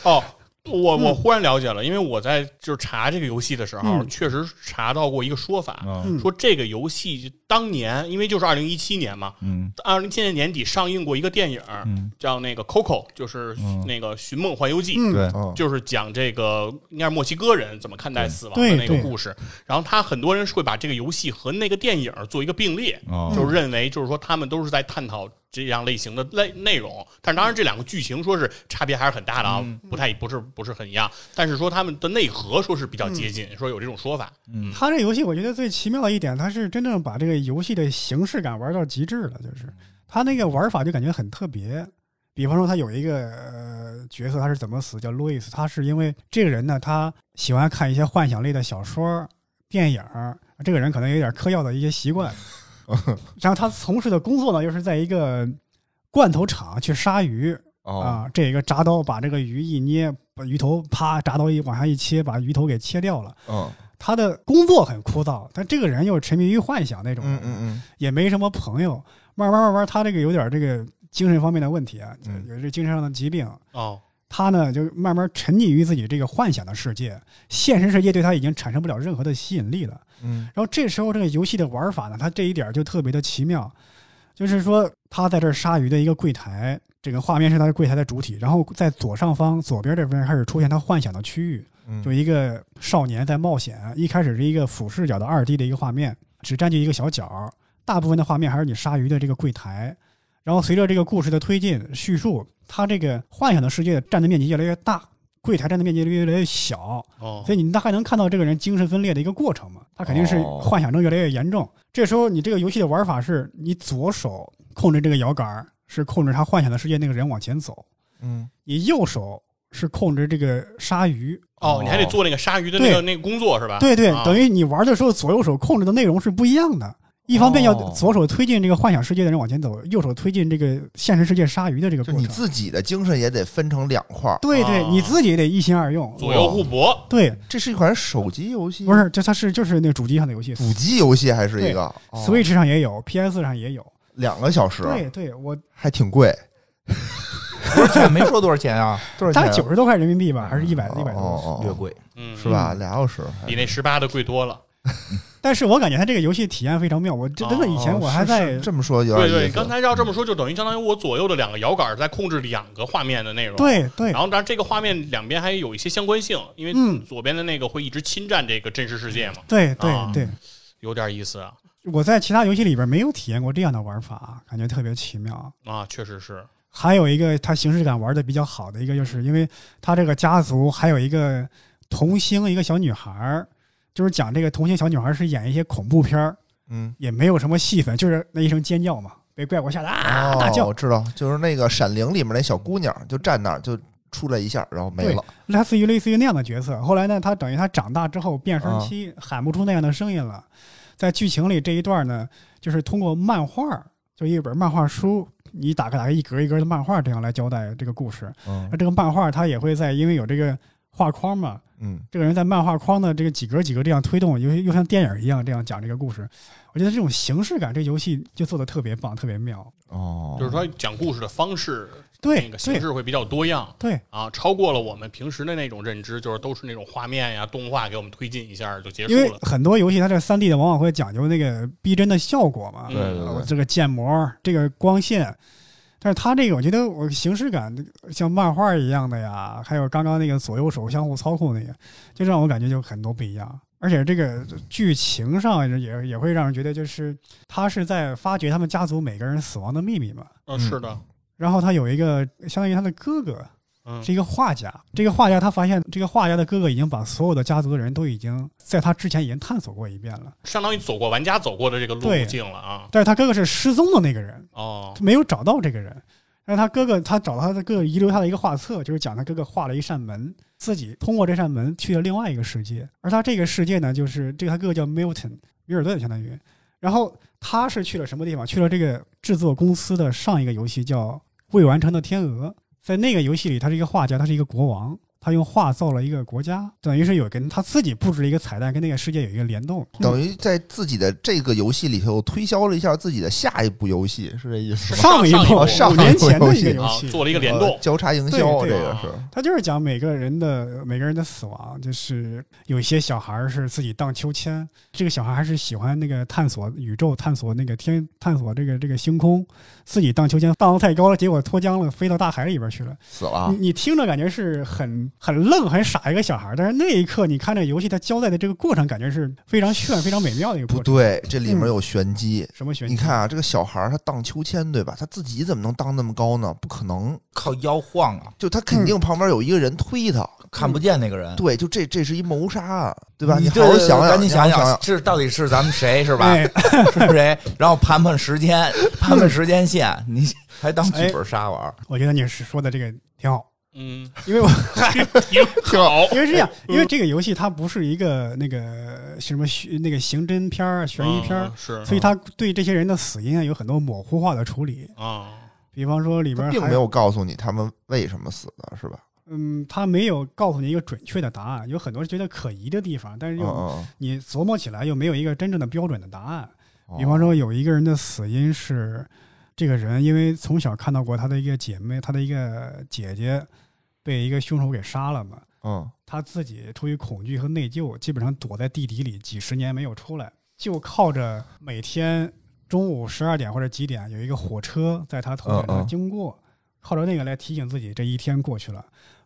哦，我我忽然了解了，因为我在就是查这个游戏的时候，啊
嗯
确实查到过一个说法，
嗯
嗯
说这个游戏当年因为就是二零一七年嘛，
嗯
二零一七年年底上映过一个电影，
嗯，
叫那个 Coco，就是
嗯
那个《寻梦环游记》。
嗯
对，
嗯，
就是讲这个应该是墨西哥人怎么看待死亡的
对
那个
对
故事，然后他很多人是会把这个游戏和那个电影做一个并
嗯
列，
哦
就是认为就是说他们都是在探讨这样类型的类内容，但是当然这两个剧情说是差别还是很大的啊，
嗯
不太不是不是很一样，但是说他们的内核说是比较接近，说有这种说法，嗯
他这游戏我觉得最奇妙的一点，他是真正把这个游戏的形式感玩到极致了，就是他那个玩法就感觉很特别。比方说，他有一个呃角色，他是怎么死，叫路易斯，他是因为这个人呢，他喜欢看一些幻想类的小说、电影儿，这个人可能有点嗑药的一些习惯。然后他从事的工作呢，又是在一个罐头厂去杀鱼，
哦，
啊，这一个铡刀把这个鱼一捏，把鱼头啪铡刀一往下一切，把鱼头给切掉了。
嗯
他的工作很枯燥，但这个人又沉迷于幻想那种人，
嗯嗯
也没什么朋友。慢慢慢慢，他这个有点这个精神方面的问题啊，
嗯
有这精神上的疾病。
哦，
他呢，就慢慢沉溺于自己这个幻想的世界，现实世界对他已经产生不了任何的吸引力了。
嗯
然后这时候这个游戏的玩法呢，它这一点就特别的奇妙，就是说他在这儿杀鱼的一个柜台，这个画面是他的柜台的主体，然后在左上方左边这边开始出现他幻想的区域，
嗯，
就一个少年在冒险，一开始是一个俯视角的二 D 的一个画面，只占据一个小角，大部分的画面还是你鲨鱼的这个柜台。然后随着这个故事的推进叙述，它这个幻想的世界占的面积越来越大，柜台占的面积越来越小，
哦，
所以你大概能看到这个人精神分裂的一个过程嘛？他肯定是
哦
幻想症越来越严重。这时候你这个游戏的玩法是你左手控制这个摇杆儿，是控制他幻想的世界那个人往前走；
嗯
你右手是控制这个鲨鱼。
哦，你还得做那个鲨鱼的那个
对
那个工作是吧？
对对，
啊
等于你玩的时候左右手控制的内容是不一样的。一方面要
哦
左手推进这个幻想世界的人往前走，右手推进这个现实世界鲨鱼的这个
就
过
你
程。
自己的精神也得分成两块儿，
对对
啊，
你自己得一心二用。
左右互搏，
对，
这是一款手机游戏，
嗯不是，这它是就是那个主机上的游戏
主机游戏，还是一
对
个哦
，Switch 上也有，PS 上也有。
两个小时，
对对，我
还挺贵，
多少钱？没说多少钱 啊，
多少
大
钱
概
啊？
九十多块人民币吧，还是一百
哦
一百多。
哦哦
略贵。
嗯，
是吧？俩小时还
比那十八的贵多了。
但是我感觉它这个游戏体验非常妙，我这真的以前
哦
我
是
还
是
在
这么说有点
对
意思。
对，刚才要这么说，就等于相当于我左右的两个摇杆在控制两个画面的内容。。
对对
然后，当然，这个画面两边还有一些相关性，因为
嗯
左边的那个会一直侵占这个真实世界嘛，
对
啊
对对，
有点意思啊
我在其他游戏里边没有体验过这样的玩法，感觉特别奇妙。
啊，确实是，
还有一个它形式感玩的比较好的一个，就是因为它这个家族还有一个童星，一个小女孩儿，就是讲这个童星小女孩儿是演一些恐怖片儿，
嗯，
也没有什么戏份，就是那一声尖叫嘛，被怪物吓得啊大
哦，
叫
我，知道，就是那个《闪灵》里面那小姑娘，就站那儿就出来一下，然后没
对
了。
类似于类似于那样的角色。后来呢，他等于他长大之后变声期喊不出那样的声音了。在剧情里这一段呢，就是通过漫画，就一本漫画书，你打开打开一格一格的漫画，这样来交代这个故事。那
嗯
这个漫画它也会在，因为有这个画框嘛，
嗯，
这个人在漫画框的这个几格几格这样推动，又又像电影一样这样讲这个故事。我觉得这种形式感，这游戏就做的特别棒，特别妙。
哦，
就是说讲故事的方式，
对
那个形
对
式会比较多样
对，
啊，超过了我们平时的那种认知，就是都是那种画面呀、动画给我们推进一下就结束
因为
了。啊
很多游戏它这三 D 的往往会讲究那个逼真的效果嘛，
嗯
对对
啊
对，
这个建模，这个光线。但是它这个，我觉得我形式感像漫画一样的呀，还有刚刚那个左右手相互操控那个，就让我感觉就很多不一样。而且这个剧情上也也会让人觉得，就是他是在发掘他们家族每个人死亡的秘密嘛。
嗯，是的，
然后他有一个相当于他的哥哥
嗯
是一个画家，这个画家他发现这个画家的哥哥已经把所有的家族的人都已经在他之前已经探索过一遍了，
相当于走过玩家走过的这个路
对
径了啊。
但是他哥哥是失踪的那个人，
哦，
没有找到这个人。但是他哥哥，他找到他的哥哥遗留下的一个画册，就是讲他哥哥画了一扇门，自己通过这扇门去了另外一个世界。而他这个世界呢，就是这个他哥哥叫 Milton 米尔顿，相当于。然后他是去了什么地方？去了这个制作公司的上一个游戏叫《未完成的天鹅》。在那个游戏里，他是一个画家，他是一个国王，他用画造了一个国家，等于是有跟他自己布置了一个彩蛋，跟那个世界有一个联动。
等于在自己的这个游戏里头推销了一下自己的下一部游戏，是这意思吗？
上一部
哦
上
五
一部
年前的一个
啊
游戏，
做了一个联动
呃，交叉营
对
销，这
对
个
啊
是。
他就是讲每个人的每个人的死亡，就是有一些小孩儿是自己荡秋千，这个小孩还是喜欢那个探索宇宙、探索那个天、探索这个这个星空，自己荡秋千荡得太高了，结果脱缰了，飞到大海里边去了。
死了啊
你，你听着感觉是很很愣、很傻一个小孩儿，但是那一刻你看这游戏它交代的这个过程，感觉是非常炫、非常美妙的一个
不
过程。
对，这里面有玄机。
什么玄机？
你看啊，这个小孩儿他荡秋千，对吧？他自己怎么能荡那么高呢？不可能，
靠腰晃啊，
就他肯定旁边有一个人推他。
嗯
看不见那个人，
对，就这这是一谋杀案，对吧？
你
好好
对对对
想想，
赶紧
你好好想
想，是到底是咱们谁是吧？
哎，
是 谁？然后盘盘时间，盘盘时间线， 你还当剧本杀玩儿？
我觉得你是说的这个挺好。
嗯，
因为我
挺 好，
因为是这样，因
嗯
为这个游戏它不是一个那个什么悬那个刑侦片儿、悬疑片儿，
嗯是
所以它对这些人的死因啊有很多模糊化的处理。
啊，
比方说里边
他
儿
并
还
没有告诉你他们为什么死的，是吧？
嗯，它没有告诉你一个准确的答案，有很多觉得可疑的地方，但是
嗯
又、
嗯
你琢磨起来又没有一个真正的标准的答案。
嗯。
比方说有一个人的死因是，这个人因为从小看到过他的一个姐妹，他的一个姐姐被一个凶手给杀了嘛，
哦，
他自己出于恐惧和内疚，基本上躲在地底里几十年没有出来，就靠着每天中午十二点或者几点有一个火车在他头顶
嗯嗯
上经过，靠着那个来提醒自己这一天过去了。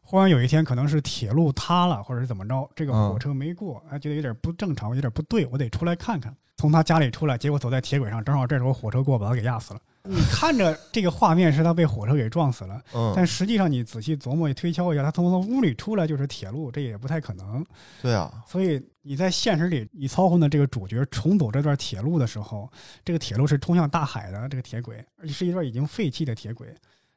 忽然有一天，可能是铁路塌了，或者是怎么着，这个
嗯
火车没过，他觉得有点不正常，有点不对，我得出来看看。从他家里出来，结果走在铁轨上，正好这时候火车过，把他给压死了。你看着这个画面是他被火车给撞死了，
嗯嗯，
但实际上你仔细琢磨推敲一下，他从从屋里出来就是铁路，这也不太可能。
对啊，
所以你在现实里，你操控的这个主角重走这段铁路的时候，这个铁路是通向大海的这个铁轨，而且是一段已经废弃的铁轨。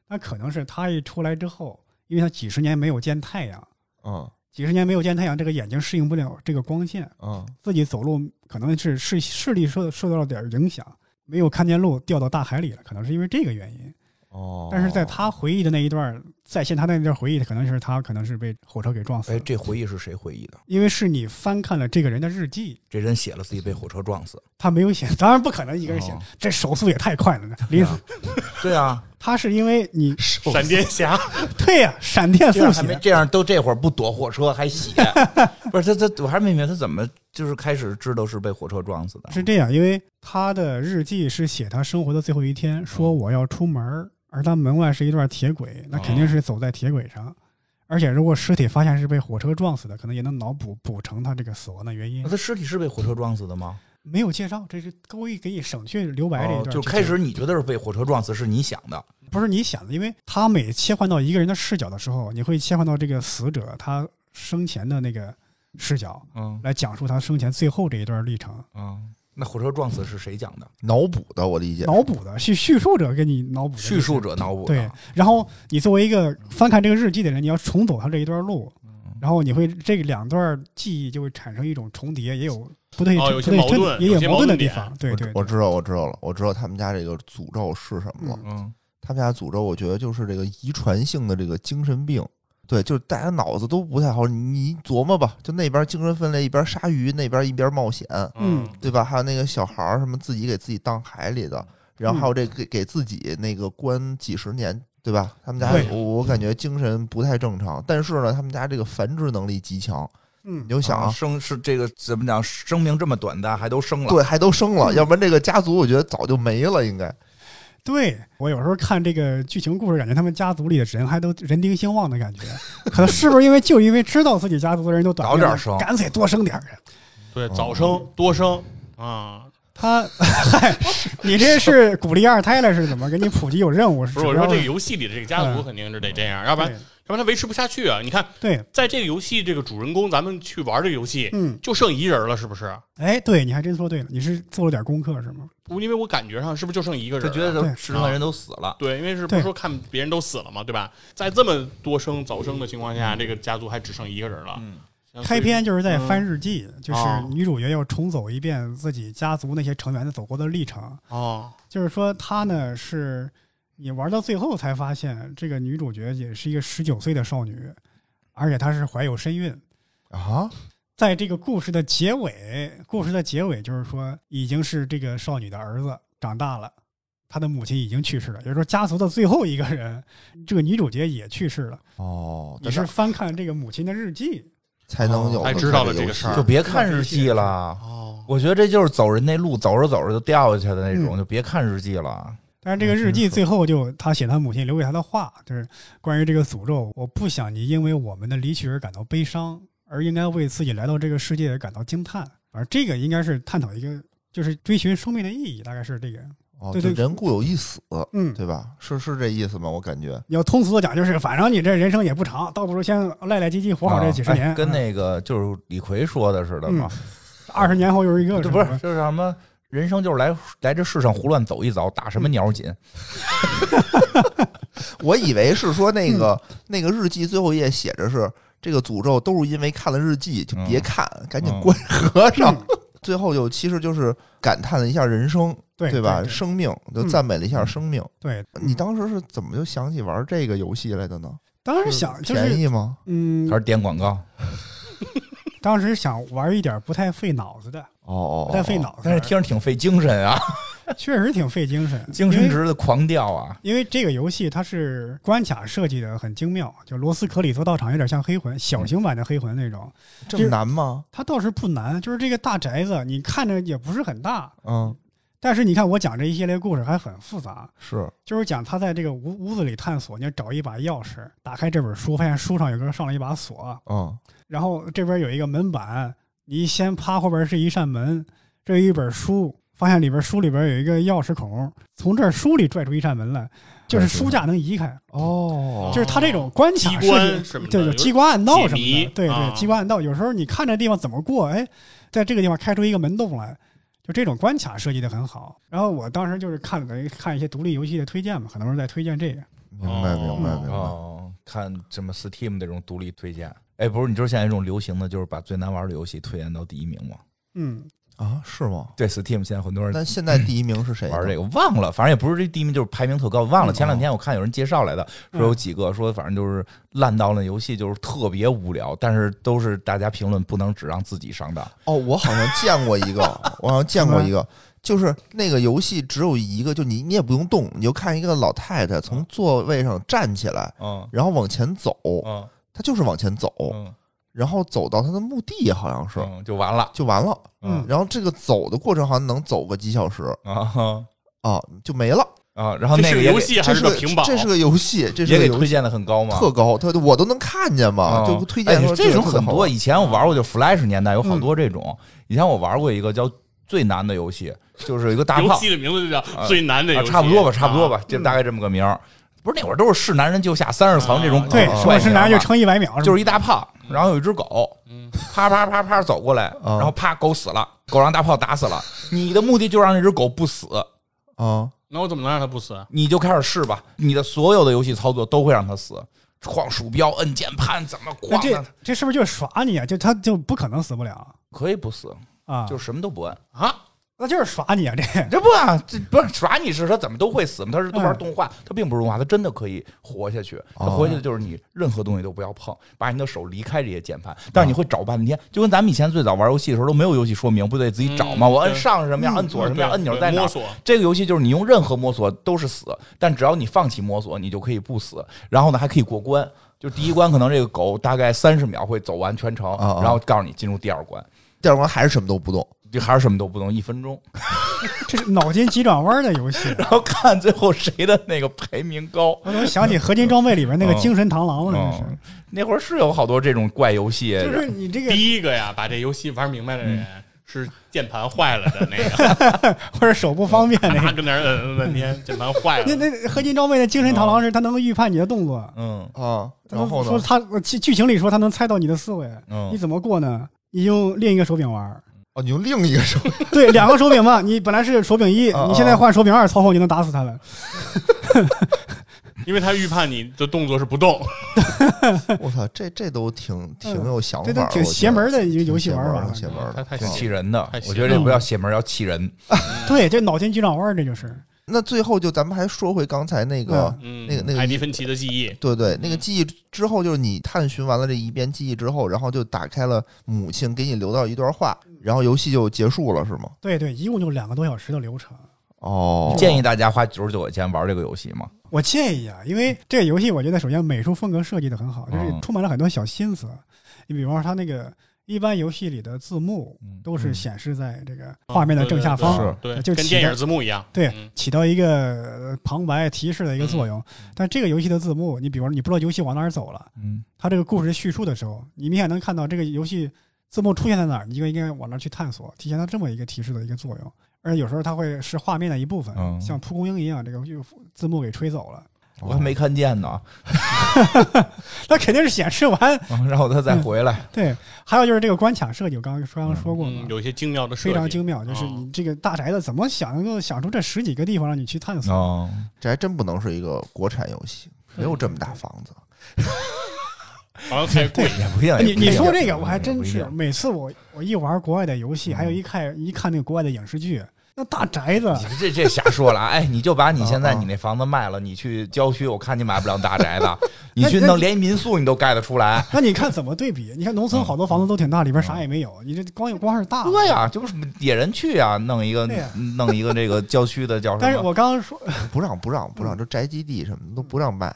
那可能是他一出来之后，因为他几十年没有见太阳，
嗯
几十年没有见太阳，这个眼睛适应不了这个光线，
嗯，
自己走路可能是视视力受受到了点影响，没有看见路，掉到大海里了，可能是因为这个原因。
哦。
但是在他回忆的那一段儿，再现他那一段回忆，可能是他可能是被火车给撞死
哎，
了，
这回忆是谁回忆的？
因为是你翻看了这个人的日记，
这人写了自己被火车撞死。
他没有写，当然不可能一个人写，
哦
这手速也太快了，临死。
对啊，
他是因为你
闪电侠，
对呀、闪 电
这
速
样 还没
写，
这样都这会儿不躲火车还 写，不是他他我还没明白他怎么就是开始知道是被火车撞死的。
是这样，因为他的日记是写他生活的最后一天，说我要出门儿，而他门外是一段铁轨，那肯定是走在铁轨上。而且，如果尸体发现是被火车撞死的，可能也能脑补补成他这个死亡的原因
那。啊他尸体是被火车撞死的吗？
没有介绍，这是故意给你省去留白这一
哦
段、，
就开始你觉得是被火车撞死，是你想的。
不是你想的，因为他每切换到一个人的视角的时候，你会切换到这个死者他生前的那个视角，
嗯
来讲述他生前最后这一段历程。
嗯，那火车撞死是谁讲的？
脑补的，我理解。
脑补的是叙述者给你脑补的
叙述者脑补的。
对，然后你作为一个翻看这个日记的人，你要重走他这一段路，
嗯
然后你会这两段记忆就会产生一种重叠，也有不对，
哦有
不
些
对
矛
称
盾
也
有
有
些矛
矛盾的
盾点
地方。对
我
对，
我知道，我知道了，我知道他们家这个诅咒是什么了。
嗯
嗯，
他们家诅咒，我觉得就是这个遗传性的这个精神病。对，就是大家脑子都不太好，你琢磨吧，就那边精神分裂，一边杀鱼，那边一边冒险，
嗯
对吧？还有那个小孩儿什么自己给自己当海里的，然
嗯
后还有这给给自己那个关几十年，对吧？他们家
对
我我感觉精神不太正常，但是呢，他们家这个繁殖能力极强，
嗯
你，就想
啊
啊，
生是这个怎么讲？生命这么短暂，还都生了。
对，还都生
嗯
了，要不然这个家族我觉得早就没了，应该。
对我有时候看这个剧情故事，感觉他们家族里的人还都人丁兴旺 的感觉，可能是不是因为就因为知道自己家族的人都短
早
命
点
了
生
干脆多生点儿。
对，早生多生啊，
他，嗨，你这是鼓励二胎了是怎么？给你普及有任务是？
不是我说这个
个
游戏里的这个家
哎
族
嗯
肯定是得这样，要不然要不然他维持不下去啊。你看，
对，对
在这个游戏这个主人公，咱们去玩这个游戏，
嗯，
就剩一人了，是不是？
哎，对，你还真说对了，你是做了点功课是吗？
不，因为我感觉上是不是就剩一个人
他
了？
觉得
对
都世上的人都死了。
对，因为是不是
对
说看别人都死了嘛，对吧？在这么多生早生的情况下，这个家族还只剩一个人了。
嗯，
像
开
最
篇就是在翻日记，就是
嗯哦
女主角要重走一遍自己家族那些成员的走过的历程。
哦，
就是说她呢是你玩到最后才发现，这个女主角也是一个十九岁的少女，而且她是怀有身孕。
啊，
在这个故事的结尾，故事的结尾就是说，已经是这个少女的儿子长大了，她的母亲已经去世了，也就是说，家族的最后一个人，这个女主角也去世了。
哦，
你是翻看这个母亲的日记，
才能有
哎
了
知道
这
了这
游
个
戏
啊
事儿
就别看日记了。
哦，
我觉得这就是走人那路，走着走着就掉下去的那种，
嗯
就别看日记了。
但是这个日记最后就她写她母亲留给她的话，就是关于这个诅咒，我不想你因为我们的离去而感到悲伤，而应该为自己来到这个世界而感到惊叹。而这个应该是探讨一个，就是追寻生命的意义，大概是这个。
哦，
对
就
对
人固有一死，
嗯，
对吧？是是这意思吗？我感觉
你要通俗的讲，就是反正你这人生也不长，倒不如先赖赖唧唧活好这几十年。嗯
哎跟那个就是李逵说的似的嘛，
二十年后又是一个，
这
嗯是
不
吧
是就是什么人生就是来来这世上胡乱走一遭，打
嗯
什么鸟紧？
我以为是说那个
嗯
那个日记最后一页写着是这个诅咒都是因为看了日记，就
嗯
别看，赶紧关合上。最后就其实就是感叹了一下人生，
对
吧？
对对
生命就
嗯
赞美了一下生命。
对，
你当时是怎么就想起玩这个游戏来的呢？
当时想就
便
是
宜吗？
嗯
还，是点广告？
当时想玩一点不太费脑子的，
哦哦，哦
不太费脑子
但是
的，
听着挺费精神啊，
确实挺费精神，
精
嗯因
神
为
值的狂掉啊！
因为这个游戏它是关卡设计的很精妙，就罗斯科里做道场有点像黑魂，小型版的黑魂那种。
这么难吗？
它倒是不难，就是这个大宅子你看着也不是很大，
嗯，
但是你看我讲这一系列故事还很复杂，
是
就是讲他在这个屋屋子里探索，你要找一把钥匙，打开这本书，发现书上有个上了一把锁，
嗯，
然后这边有一个门板，你一掀趴后边是一扇门，这有一本书，发现里边书里边有一个钥匙孔，从这儿书里拽出一扇门来，就是书架能移开，
哦
就是他这种关
机
卡
关
设计
什么的
对，
有
就机关暗道什
解
么
谜
的，对
啊
对，机关暗道，有时候你看这地方怎么过，哎，在这个地方开出一个门洞来。就这种关卡设计的很好，然后我当时就是看了看一些独立游戏的推荐嘛，很多人在推荐这个，
明白明
嗯
白明白。
哦，看什么 Steam 这种独立推荐。哎，不是，你知道现在这种流行的就是把最难玩的游戏推荐到第一名吗？
嗯，
啊，是吗？
对，Steam 现在很多人
那现在第一名是谁呢？
玩这个，忘了，反正也不是这第一名，就是排名特高，忘了。
嗯
前两天我看有人介绍来的，说有几个说，反正就是烂到那游戏就是特别无聊，但是都是大家评论不能只让自己上当。
哦，我好像见过 一个，我好像见过一个，就是那个游戏只有一个，就你你也不用动，你就看一个老太太从座位上站起来，
嗯
然后往前走，
嗯
她就是往前走，
嗯，
然后走到她的墓地，好像哦是
嗯就完了
就完了。
嗯
然后这个走的过程好像能走个几小时
啊哈
啊，就没了。
啊！然后
这
那
是
个
个
也
游
给
戏还
这
是
个
屏保？
这是个游戏，这是
也
个
给
游
推
戏
荐的很高嘛，
特高，它我都能看见嘛，
啊
就推荐
哎
说
这
个
种
特别
很
好
多。以前我玩过，就 Flash 年代有好多这种。以前我玩过一个叫最难的游戏，就是有一个大
游
炮
戏，的名字就叫
啊
《最难的游
啊
戏》，
差不多吧，差不多
啊。
吧，这大概这么个名儿。不是那会儿都是是男人就下三十层这种
啊，
对，
啊
说是拿就
嘛
撑一百秒，
就是是一大炮，然后有一只狗，
嗯
啪啪啪啪走过来，
啊
嗯
然后啪狗死了，狗让大炮打死了。你的目的就让那只狗不死，
啊，
那我怎么能让他不死啊？
你就开始试吧。你的所有的游戏操作都会让它死，晃鼠标、摁键盘，怎么
那
晃
这
呢？
这是不是就是耍你啊？就他就不可能死不了
可以不死，
啊，
就是什么都不摁。
啊，
那就是耍你啊！这
这不啊，这不是耍你是它怎么都会死吗？它是它玩
嗯
动画，它并不是动画，它真的可以活下去。它
哦
活下去就是你任何东西都不要碰，把你的手离开这些键盘。但是你会找半天，就跟咱们以前最早玩游戏的时候都没有游戏说明，不得自己找吗？
嗯
我摁
对
上是什么样，摁左是什么样，
嗯对
按钮
对
在哪
摸
儿？
索，
这个游戏就是你用任何摸索都是死，但只要你放弃摸索，你就可以不死。然后呢，还可以过关。就第一关可能这个狗大概三十秒会走完全程，
啊啊
然后告诉你进入第二关，
第二关还是什么都不动。
就还是什么都不动，一分钟。
这是脑筋急转弯的 游戏，
然后看最后谁的那个排名高。
我怎么想起合金装备里边
哦
那个精神螳螂了？那是
嗯，那会儿是有好多这种怪游戏，
哎
就是你这个
第一个呀，把这游戏玩明白的人是键盘坏了的那个，
或者手不方便那
他
哦
个。
跟那儿摁摁半天，键盘坏
那
了。
那合金装备的精神螳螂是它能够预判你的动作，
嗯
啊，
它
哦然后
说
呢？
它剧剧情里说它能猜到你的思维，你
嗯，
怎么过呢？你用另一个手柄玩儿，
哦，你用另一个手，
对，两个手柄嘛，你 本来是手柄一，
啊啊
你现在换手柄二操控，你能打死它了。
因为他预判你的动作是不动，
我操，这这都挺挺
嗯
有想法
这
儿，
都挺
我觉
邪
得
门的一个游戏
挺邪
玩
门
啊法
儿。邪门儿的，
他太
挺
邪
气人的
太。邪
我觉得这不叫邪门，叫气人。
对，这脑筋急转弯儿，这就是。
那最后就咱们还说回刚才那个，
嗯，
那个那个
艾迪芬奇的记忆，
对对，那个记忆之后就是你探寻完了这一遍记忆之后，然后就打开了母亲给你留到一段话，然后游戏就结束了，是吗？
对对，一共就两个多小时的流程。
哦
嗯建议大家花九十九块钱玩这个游戏嘛。
我建议啊，因为这个游戏我觉得首先美术风格设计的很好，就是
嗯
充满了很多小心思。你比方说它那个一般游戏里的字幕
嗯
都是显示在这个画面的正下
嗯
方，
是
哦对，
就
跟
起
电
到
影字幕一样，
对
嗯，
起到一个呃旁白提示的一个作用。但这个游戏的字幕，你比方说你不知道游戏往哪儿走了，
嗯，
它这个故事叙述的时候，你明显能看到这个游戏字幕出现在哪儿，你就应该往那儿去探索，体现它这么一个提示的一个作用。而且有时候它会是画面的一部分，
嗯
像蒲公英一样，这个就字幕给吹走了。
我还没看见呢，
那肯定是显示完。
啊然后他再回 来。
对，还有就是这个关卡设计，我刚刚刚刚说过嘛
嗯，，有一些精妙的设计，
非常精妙，就是
嗯
你这个大宅子怎么想能够想出这十几个地方让你去探索？
哦，
这还真不能是一个国产游戏，没有这么大房子。
好像太 贵，
也不一定。
你
也不一
你
定
说这个，我还
也
真
不一定嗯
是每次我我一玩国外的游戏，还有一看一看那个国外的影视剧，那大宅子
你 这这瞎说了啊！哎，你就把你现在
啊啊
嗯
你那房子卖了，你去郊区，我看你买不了大宅 子，你
那
去
那
弄连民宿你都盖得出来。
那你看怎么对比？你看农村好多
嗯
房子都挺大，里边啥也没有，你这光有光是大。
啊
对呀、就是野人去啊，弄一个
啊对呀
弄一个这个郊区的叫
但
什
是
么？
我刚刚说，
不让不让不
嗯
让，这宅基地什么都不让卖。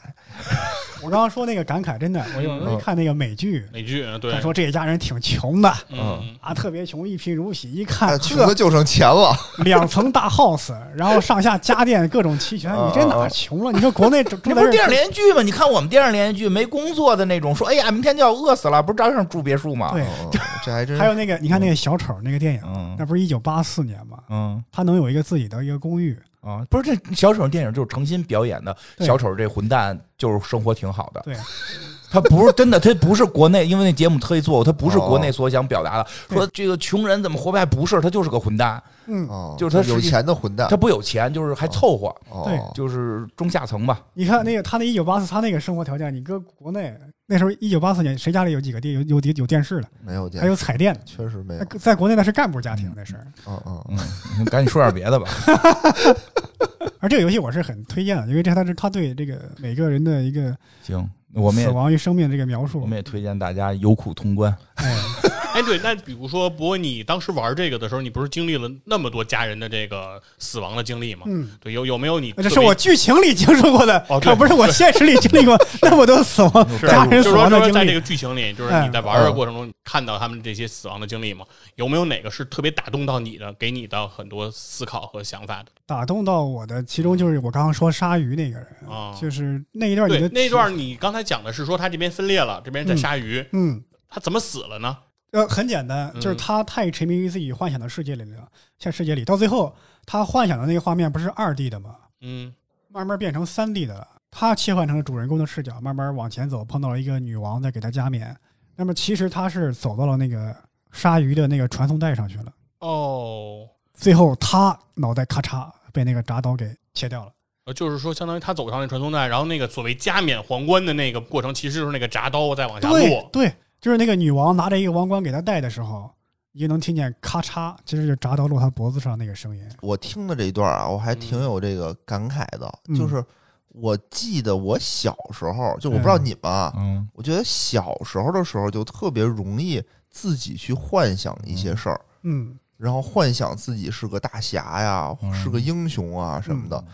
我刚刚说那个感慨，真的，我有时候
嗯
看那个美剧，
美剧啊，对
他，说这一家人挺穷的
嗯，
啊，特别穷，一贫如洗，一
哎
看
穷的就剩钱 了，
两层大 house，然后上下家电各种齐全，
啊
你这哪儿穷了？你说国内住
这
住
不是
在这
电视
儿，
连续剧吗？你看我们电视连续剧没工作的那种，说哎呀，明天就要饿死了，不是照样住别墅吗？
对，
嗯这还真
还有那个你看那个小丑那个电影，
啊嗯
那不是一九八四年吗？
嗯
他能有一个自己的一个公寓，
啊，不是这小丑电影就是诚心表演的，
对
小丑这混蛋就是生活挺好的，
对，
他不是真的，他不是国内，因为那节目特意做过，他不是国内所想表达的，
哦对
说这个穷人怎么活不下去，不是他就是个混蛋，
嗯，
哦，
就是他实
有
际
钱的混蛋
他。不有钱，就是还凑合，
哦
对，
就是中下层吧，
你看那个他那一九八四，他那个生活条件，你搁国内那时候一九八四年，谁家里有几个电有有有有电视的，
没有钱，
还有彩电的，
确实没有
那。在国内那是干部家庭那是。
嗯嗯嗯，
嗯，赶紧说点别的 吧，
而这个游戏我是很推荐的，因为这它是他对这个每个人的一个
行，我们也
死亡与生命这个
嗯
描
我
述
们，也推荐大家有苦通关，
哎，
哎，对，那比如说，不过你当时玩这个的时候，你不是经历了那么多家人的这个死亡的经历吗？
嗯。
对，有有没有你特
这
别？
是我剧情里经受过的，
哦对
可不是我现实里经 历过那么多死亡、
是啊
家人
就是
死
说，
亡的
就是在
经
这
历。
个剧情里，就是
哎
你在玩的过程中看到他们这些死亡的经历吗？有没有哪个是特别打动到你的，给你到很多思考和想法的？
打动到我的，其中就是我刚刚说鲨鱼那个人，
啊
就是那一段你
对
的，
那段你刚才讲的是说他这边分裂了，这边在鲨鱼，
嗯，
他怎么死了呢？
呃，很简单，
嗯
就是他太沉迷于自己幻想的世界里了，像世界里到最后，他幻想的那个画面不是二 D 的吗？
嗯
慢慢变成三 D 的了。他切换成了主人公的视角，慢慢往前走，碰到了一个女王在给他加冕。那么其实他是走到了那个鲨鱼的那个传送带上去了。
哦，
最后他脑袋咔嚓被那个铡刀给切掉了。
呃就是说，相当于他走上那传送带，然后那个所谓加冕皇冠的那个过程，其实就是那个铡刀在往下
对
落。
对，就是那个女王拿着一个王冠给他戴的时候，你就能听见咔嚓，其实就铡刀落他脖子上那个声音。
我听的这一段啊，我还挺有这个感慨的，
嗯
就是我记得我小时候，就我不知道你们啊，
嗯
我觉得小时候的时候就特别容易自己去幻想一些事儿，
嗯，
然后幻想自己是个大侠呀，
嗯
是个英雄啊什么的。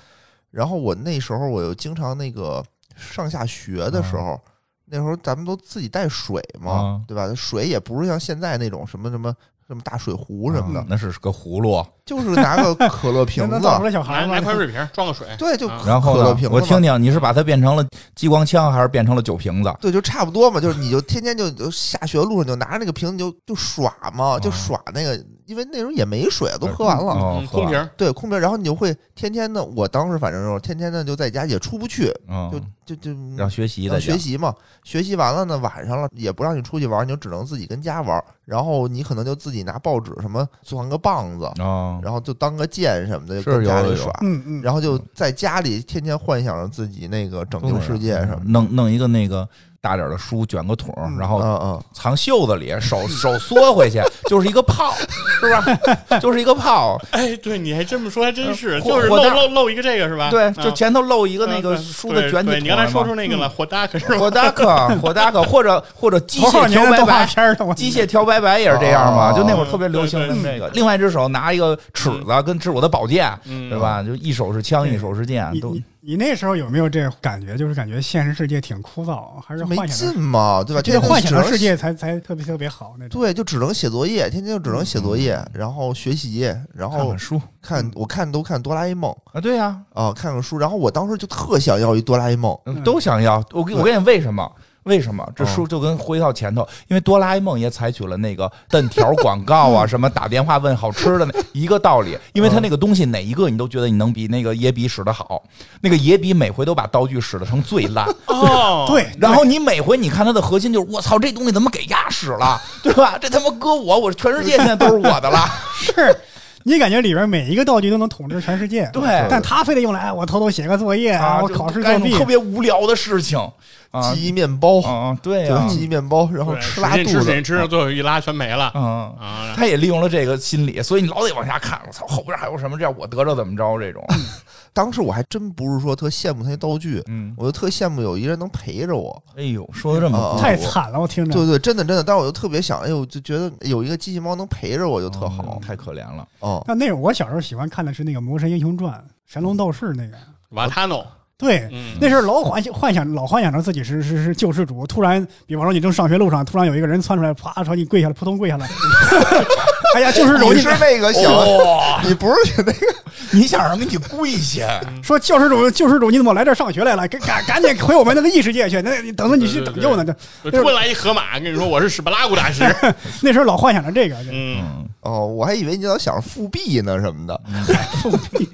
然后我那时候我又经常那个上下学的时候，那时候咱们都自己带水嘛，
嗯
对吧？水也不是像现在那种什么什么什么大水壶什么的，
嗯那是个葫芦。
就是拿个可乐 瓶
能
子
造。出来小
拿
孩吗？
拿块水瓶装个水，
对，就
啊
然后
可乐
呢
瓶，子
我
嘛
听听你是把它变成了激光枪，还是变成了酒瓶子？
对，就差不多嘛，就是你就天天就就下学路上就拿着那个瓶子就就耍嘛，就
嗯
耍那个，因为那时候也没水，都喝完了，
哦
嗯，，空瓶，
对，空瓶，然后你就会天天的，我当时反正就是天天的就在家也出不去，
嗯，
就就就
让学习
要
的
学习嘛，学习完了呢，晚上了也不让你出去玩，你就只能自己跟家玩，然后你可能就自己拿报纸什么装个棒子，
啊，
然后就当个剑什么的，
是
就跟家
有
里
有
耍，
嗯嗯，
然后就在家里天天幻想着自己那个拯救世界什么的。
弄弄一个那个大点儿的书卷个筒儿，嗯然后
嗯嗯，
藏袖子里，手 手缩回去，就是一个泡，是 吧？就是一个泡。
哎，对，你还这么说，还真是，
呃
火
就是
火
漏
大
漏漏一个这个是吧？
对
啊，
就前头露一个
啊
那个
对
书的卷
对
起
对你刚才说出
来
那个了，火大可是
嘛 火达克，火达克，或者或者机
多少
械
年
调
的
白
动画
白，
片儿了，我
机械调白白也是这样嘛，
哦
就那会儿特别流行
对
的
对
这个。另外一只手拿一个尺子跟治我的宝剑，
嗯
对吧？就一手是枪，
对
一手是剑，
你
都
你你那时候有没有这感觉？就是感觉现实世界挺枯燥，还是
没
幻想的
劲嘛，对吧？
这
天
个
天
幻想
只
的
能
世界才才特别特别好那种。
对，就只能写作业，天天就只能写作业，然后学习，然
看
哦
后
看书
看我看都看哆啦 A 梦
啊，对呀，
啊，看看书，然后我当时就特想要一哆啦 A 梦，
嗯都想要。我跟我跟你为什么？为什么
哦
这书就跟回到前头？因为哆啦 A 梦也采取了那个弹条广告 啊，什么打电话问好吃的那一个道理。因为
嗯
它那个东西哪一个你都觉得你能比那个野比使得好，那个野比每回都把道具使得成最烂，
哦，
对，
然后你每回你看它的核心就是我操，这东西怎么给压使了，对吧？这他妈搁我，我全世界现在都是我的了。
是你感觉里边每一个道具都能统治全世界，
对
但他非得用来哎我偷偷写个作业
啊，
我
就
考试
干
作
那
弊
种，特别无聊的事情啊
记忆面包，
啊，对
对
呀
吧？，记忆面包，然后
对
吃
使
拉
劲
肚
吃，使
子
劲，吃，最后一拉全没了
嗯。
啊！
他也利用了这个心理，所以你老得往下看。我操，后边还有什么？这样我得着怎么着？这种，
当时我还真不是说特羡慕他那道具，
嗯，
我就特羡慕有一个人能陪着我。
哎呦，说的这么
啊
多
太惨了，我听
对
着。
对，真的真的，但我就特别想，哎呦，就觉得有一个机器猫能陪着我就特好
嗯。太可怜了。
哦，
但那会儿我小时候喜欢看的是那个《魔神英雄传》《神
嗯
龙斗士》那个，
瓦塔诺，
对，
嗯，
那时候老幻想幻想老幻想着自己是是是救世主，突然，比方说你正上学路上，突然有一个人窜出来，啪朝你跪下了，扑 通跪下来，哎呀，救世主，
你
你
是那
哦
个想，
哇，
你不是那个
你想让人给你跪下？
说救世主，救世主，你怎么来这儿上学来了？赶赶赶紧回我们那个异世界去，那你等着你去
对对
拯
对
救呢。这
突然来一河马，跟你说我是史巴拉古大师，
那时候老幻想着这个，
嗯，
哦，我还以为你老想着复辟呢什么的，
复 辟，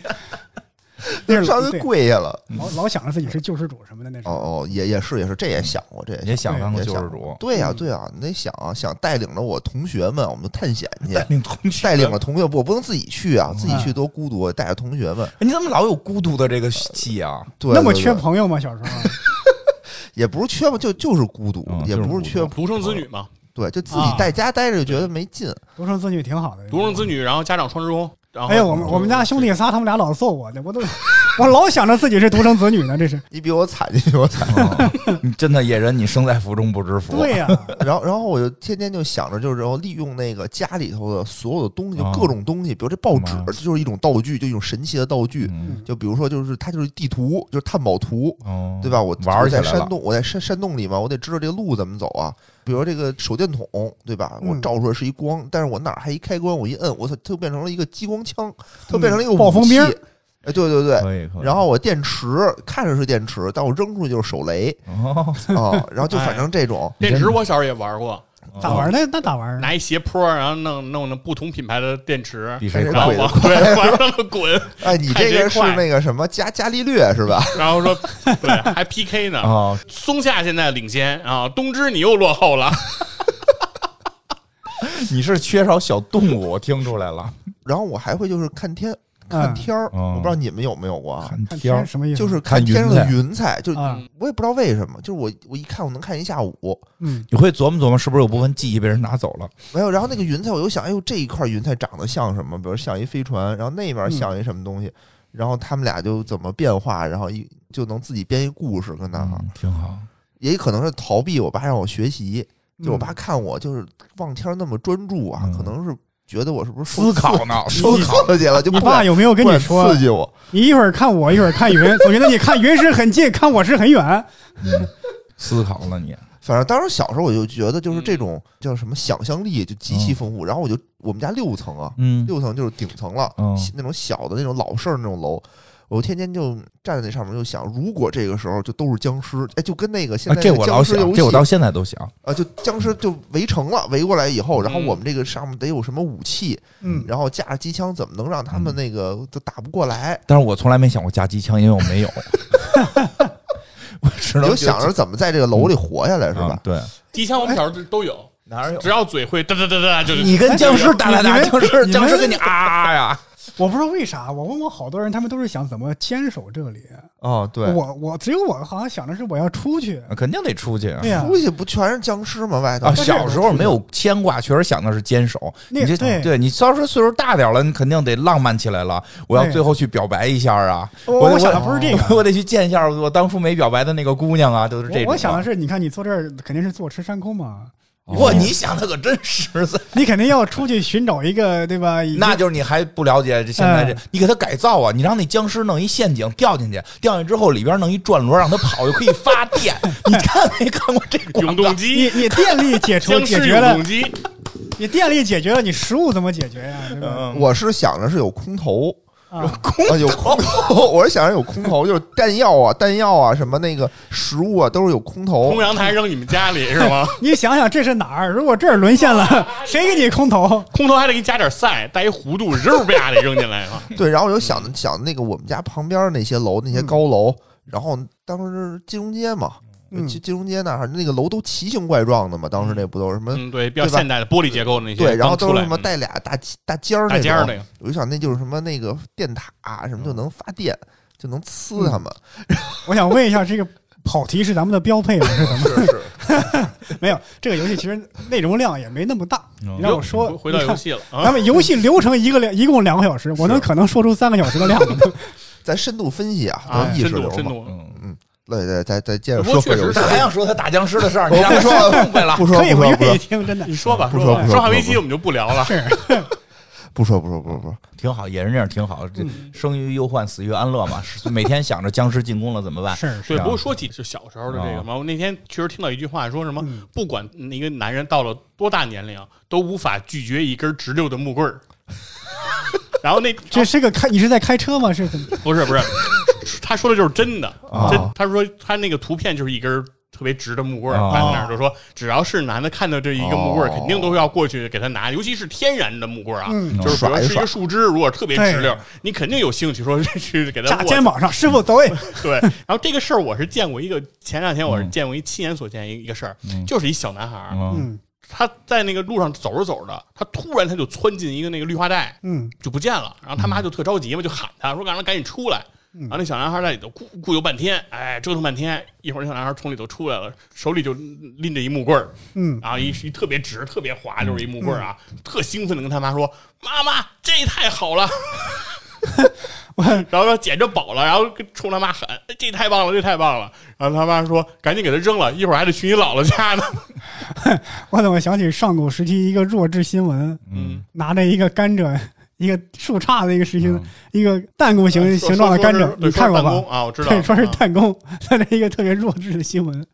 那是
上
老
次
对
跪下了。
老老想着自己是救世主什么的那时
哦
候。
哦，也也是也是，这也想过，这也
也想当
也
个救
想
世
过
主，
对呀、对呀、你得想啊想带领着我同学们，我们探险去。
领同学
带领着同学，我不能自己去啊，自己去多孤独。我带着同学们，
哎你怎么老有孤独的这个戏啊？
对，
那么
对
缺，
对
朋友吗？小时候
也不是缺吧，就就是孤独，
嗯
也
就是
不
孤独
是缺，
独生子女嘛，
对，就自己在家待着就觉得没劲。
独生子女挺好的。
独生子女，然后家长双职工，然后
哎呀，我们我们家兄弟仨，他们俩老揍我呢，我都 我老想着自己是独生子女呢，这是
你比我惨，你比我惨。
你嗯真的野人，你生在福中不知福。啊
对呀、
然后，然后我就天天就想着，就是然后利用那个家里头的所有的东西，就
啊
各种东西，比如这报纸
干嘛，
就是一种道具，就一种神奇的道具。
嗯，
就比如说，就是它就是地图，就是探宝图，
哦，
对吧？我
玩儿
我
起
在
来
山
了。
洞，我在山山洞里嘛，我得知道这个路怎么走啊。比如这个手电筒，对吧？我
嗯
照出来是一光，但是我哪儿还一开关，我一摁，我操，它就变成了一个激光枪，它就变成了一个
嗯暴
武
风兵
器哎，对对对。
可以可以。
然后我电池看着是电池，但我扔出去就是手 雷
哦，
啊。然后就反正这种，
电池，我小时候也玩过，
咋玩呢？那咋玩？
拿一斜坡，然后弄弄那不同品牌的电池，
比谁
哎
快
然后
鬼
往对往上头滚，
哎，你
看
这个
谁
是
快
那个什么伽伽利略是 吧？
然后说对还 PK 呢，
哦，
松下现在领先啊，东芝你又落后了，
你是缺少小动物，我听出来了。
然后我还会就是看天看
嗯
天儿，
哦
我不知道你们有没有过啊？
看
看
天
天
儿，
什么意思？
就是
看
看
云
天上的
彩
云彩，就
啊，
我也不知道为什么，就是我我一看我能看一下午，
嗯，
你会琢磨琢磨，是不是有部分记忆被人拿走了？
没有。然后那个云彩，我又想，哎呦，这一块云彩长得像什么？比如像一飞船，然后那
嗯
边像一什么东西，然后他们俩就怎么变化，然后一就能自己编一故事跟他。
嗯，挺好。
也可能是逃避我爸让我学习，就我
嗯
爸看我就是望天儿那么专注啊，
嗯
可能是觉得我是不是
思考呢，
受
思考。
刺激了，就
你
不
爸
敢
有没有跟
不
你
敢
说啊
刺，激我。
你一会儿看我，一会儿看云，总觉得你看云是很近，看我是很远。
嗯思考了你，
反正当时小时候我就觉得，就是这
嗯
种叫什么想象力就极其丰富。然后我就我们家六层啊，
嗯，
六层就是顶层了，
嗯
那种小的那种老式儿那种楼。我天天就站在那上面，就想，如果这个时候就都是僵尸，哎，就跟那个现
啊，
在
这
的
我老
僵尸
想，
游
这我到
戏
现在都想。
啊，就僵尸就围城了，围过来以后，然后
嗯
我们这个上面得有什么武器，
嗯，
然后架着机枪，怎么能让他们那个都打不过来？
但是我从来没想过夹机枪，因为我没有。 我只
你
能
就想着怎么在这个楼里活下来，
觉
是
得啊
吧？
对，
第一枪我们小时候都有，
哪有
只要嘴会哒哒哒哒就
你跟僵尸打打
你
打，
们
僵尸
你们
僵尸跟你啊啊呀！
我不知道为啥，我问过好多人，他们都是想怎么坚守这里。
哦，对，嗯
我我只有我好像想的是我要出去。
肯定得出去啊
对。呀、
出去不全是僵尸吗？外头
啊，
是
小时候没有牵挂，确实想的是坚守。
那
你这
对
对你稍微岁数大点了，你肯定得浪漫起来了。我要
对
最后去表白一下啊！
我
我
我想的不是这
我
个，
得去见一下我当初没表白的那个姑娘啊，就是这种啊。
我我想的是，你看你坐这儿肯定是坐吃山空嘛，
哇，你想的可真实在，
你肯定要出去寻找一个对吧？已经嗯
那就是你还不了解这现在这，你给他改造啊，你让那僵尸弄一陷阱掉进去，掉进去之后里边弄一转轮让他跑就可以发 电，你看没看过这广
永动
告？
机
你， 你电力解除
僵
解
尸
决
永
了
动，机，
你电力解决了，你食物怎么解决呀？对吧？
嗯
我是想着是有空投，
啊，
啊，有空投， 我是想着有空投，就是弹药啊、弹药啊，什么那个食物啊，都是有空投
空。阳台扔你们家里是吗？
你想想这是哪儿？如果这儿沦陷了， 谁给你空投？
空投还得给你加点塞，带一弧度，肉吧的扔进来啊！
对，然后我就想想那个我们家旁边那些楼，那
嗯
些高楼，然后当时金融街嘛，
嗯
金金融街那儿那个楼都奇形怪状的嘛，当时那不都是什么？
嗯，对，比较
对吧
现代的玻璃结构的那些，
对，然后
刚出
都是
来
什么
嗯
带俩大大尖儿
大
那
尖
种，
儿那个，嗯
我就想那就是什么那个电塔、啊什么就能发电，就能呲他们。
我想问一下，这个跑题是咱们的标配吗？是咱
是
们
是，
没有这个游戏其实内容量也没那么大。
嗯
你让我说，
回到
你
游
看
戏了啊
咱，们游戏流程一个两一共两个小时，我能可能说出三个小时的量。
咱深度分析啊，
啊，
咱意
深
识
度
流
深
嘛。
度，
嗯，
对对，再再接着
不
说
过
回
确
游
实
戏
是。
还想说他打僵尸的事儿，你
我
让
不
他
说了，
明白了。
不说
可以，
不
我
说不
愿意
说
听，真的
你说吧，
不
说
说
吧
不说
生化
不
危
说
机我们就不聊了，
不说不说不说不说，
挺好，也是这样，挺好。这生于忧患，死于安乐嘛。 是每天想着僵尸进攻了怎么办？
是是
对，
啊
不过说起就小时候的这个
啊
嘛，我那天确实听到一句话，说什么不管一个男人到了多大年龄，都无法拒绝一根直溜的木棍儿。 然后那
这是个开，你是在开车吗？是怎么？
不是 不是，他说的就是真的
啊。
真他说他那个图片就是一根特别直的木棍儿
哦
摆在那儿，就说只要是男的看到这一个木棍儿，
啊哦
肯定都要过去给他拿，尤其是天然的木棍儿啊，
嗯
就是比如
甩一
是一
甩
个树枝，如果特别直溜
对，
你肯定有兴趣说 去给他
炸
握
肩膀上，师傅走位。
对，然后这个事儿我是见过一个，前两天我
嗯
是见过一亲眼所见一一个事儿，就是一小男孩儿，
嗯，
嗯
他在那个路上走着走着，他突然他就窜进一个那个绿化带，
嗯，
就不见了。然后他妈就特着急嘛，就喊他说：“让他赶紧出来。”
嗯
然后那小男孩在里头咕咕悠半天，哎，折腾半天，一会儿那小男孩从里头出来了，手里就拎着一木棍儿，
嗯
然后一一特别直、特别滑，就是一木棍儿啊，特兴奋的跟他妈说：“妈妈，这太好 了！” 然后说捡着宝了，然后跟冲他妈喊：“这太棒了，这太棒了！”然后他妈说：“赶紧给他扔了，一会儿还得去你姥姥家呢。
我怎么想起上古时期一个弱智新闻，”
嗯，
拿着一个甘蔗， 一个树杈的一个实心，一个弹弓形形状的甘蔗
哎说，
你看过
说是弹
吧？
弓啊，我知道，
对，说是
啊
弹弓， 在那一个特别弱智的新闻。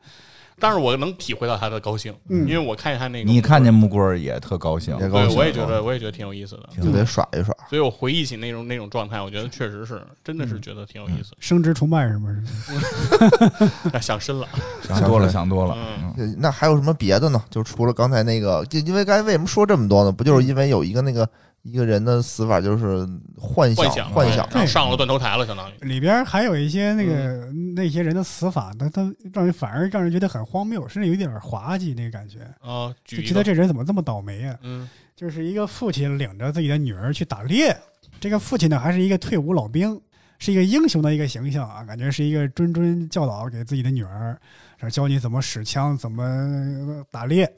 但是我能体会到他的高兴，
嗯
因为我看见他那个，
你看见木棍儿也特高兴，
也高
对，
兴
我也觉
了
得，我也觉得挺有意思的。
就得耍一耍。
所以我回忆起那种那种状态，我觉得确实是，真的是觉得挺有意思。
生殖崇拜什么是？
哎想深了，
想多了，想多了。
嗯
呃那还有什么别的呢？就除了刚才那个，就因为刚才为什么说这么多呢？不就是因为有一个那个一个人的死法就是幻想
嗯幻想哎
幻想
对然后上了断头台了，相当于。
里边还有一些那个、
嗯
那些人的死法，他他让人反而让人觉得很荒谬，甚至有点滑稽那个感觉，
啊，
就
举一
觉得
个，
这人怎么这么倒霉啊！
嗯，
就是一个父亲领着自己的女儿去打猎，这个父亲呢还是一个退伍老兵，是一个英雄的一个形象啊，感觉是一个谆谆教导给自己的女儿，然后教你怎么使枪，怎么打猎。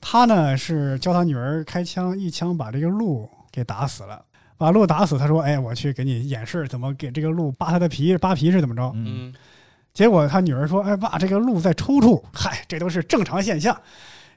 他呢是教他女儿开枪，一枪把这个鹿给打死了。把鹿打死，他说：“哎，我去给你演示怎么给这个鹿扒它的皮，扒皮是怎么着？”
嗯，
嗯，
结果他女儿说：“哎爸，这个鹿在抽搐。”嗨，这都是正常现象。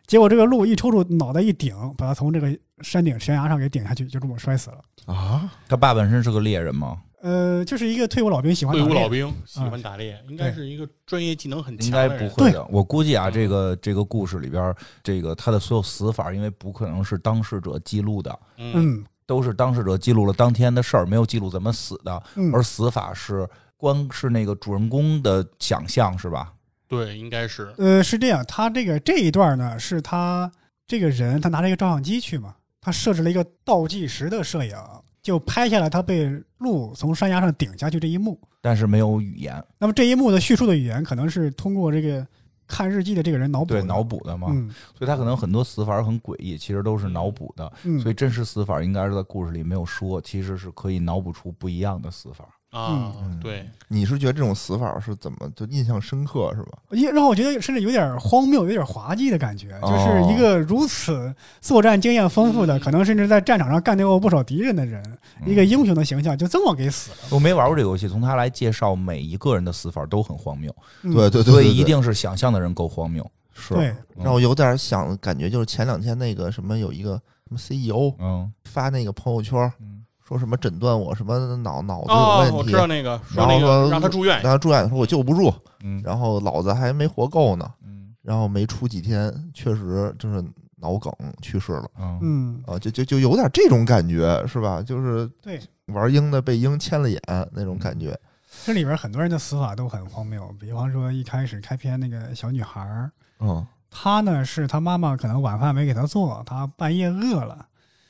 结果这个鹿一抽搐，脑袋一顶，把他从这个山顶悬崖上给顶下去，就这么摔死了。
啊！
他爸本身是个猎人吗？
呃，就是一个退伍老兵喜欢
队
打
伍
猎
老兵喜欢打猎，应该是一个专业技能很
应
强的
该
人
不会
对
的，我估计啊，
嗯
这个这个故事里边儿，这个他的所有死法，因为不可能是当事者记录的，
嗯，
嗯
都是当事者记录了当天的事儿，没有记录怎么死的，
嗯
而死法是光是那个主人公的想象，是吧？
对，应该是，
呃，是这样，他这个这一段呢，是他这个人他拿着一个照相机去嘛，他设置了一个倒计时的摄影，就拍下了他被鹿从山崖上顶下去这一幕。
但是没有语言，
那么这一幕的叙述的语言可能是通过这个看日记的这个人脑补
对
的
脑补的嘛，
嗯
所以他可能很多死法很诡异，其实都是脑补的。
嗯，
所以真实死法应该是在故事里没有说，其实是可以脑补出不一样的死法。
啊
嗯，
对，
你是觉得这种死法是怎么就印象深刻是吧？
也让我觉得甚至有点荒谬，有点滑稽的感觉，
哦
就是一个如此作战经验丰富的，
嗯
可能甚至在战场上干掉过不少敌人的人，
嗯
一个英雄的形象就这么给死了。
我没玩过这个游戏，从他来介绍每一个人的死法都很荒谬，
嗯
对对对，
所
对
以一
对
定是想象的人够荒谬。
是
对，
让我有点想感觉就是前两天那个什么有一个什么 CEO
嗯
发那个朋友圈
嗯
说什么诊断我什么脑脑子有
哦，
问
我
题，
知道那个说
然后
那个
说
让他住院
然，后住院说我救不住，
嗯
然后老子还没活够呢，
嗯
然后没出几天，确实就是脑梗去世了
嗯
嗯，
啊，就就就有点这种感觉是吧？就是
对，
玩鹰的被鹰牵了眼那种感觉，
这里边很多人的死法都很荒谬，比方说一开始开篇那个小女孩儿，
嗯
她呢是她妈妈可能晚饭没给她做，她半夜饿了，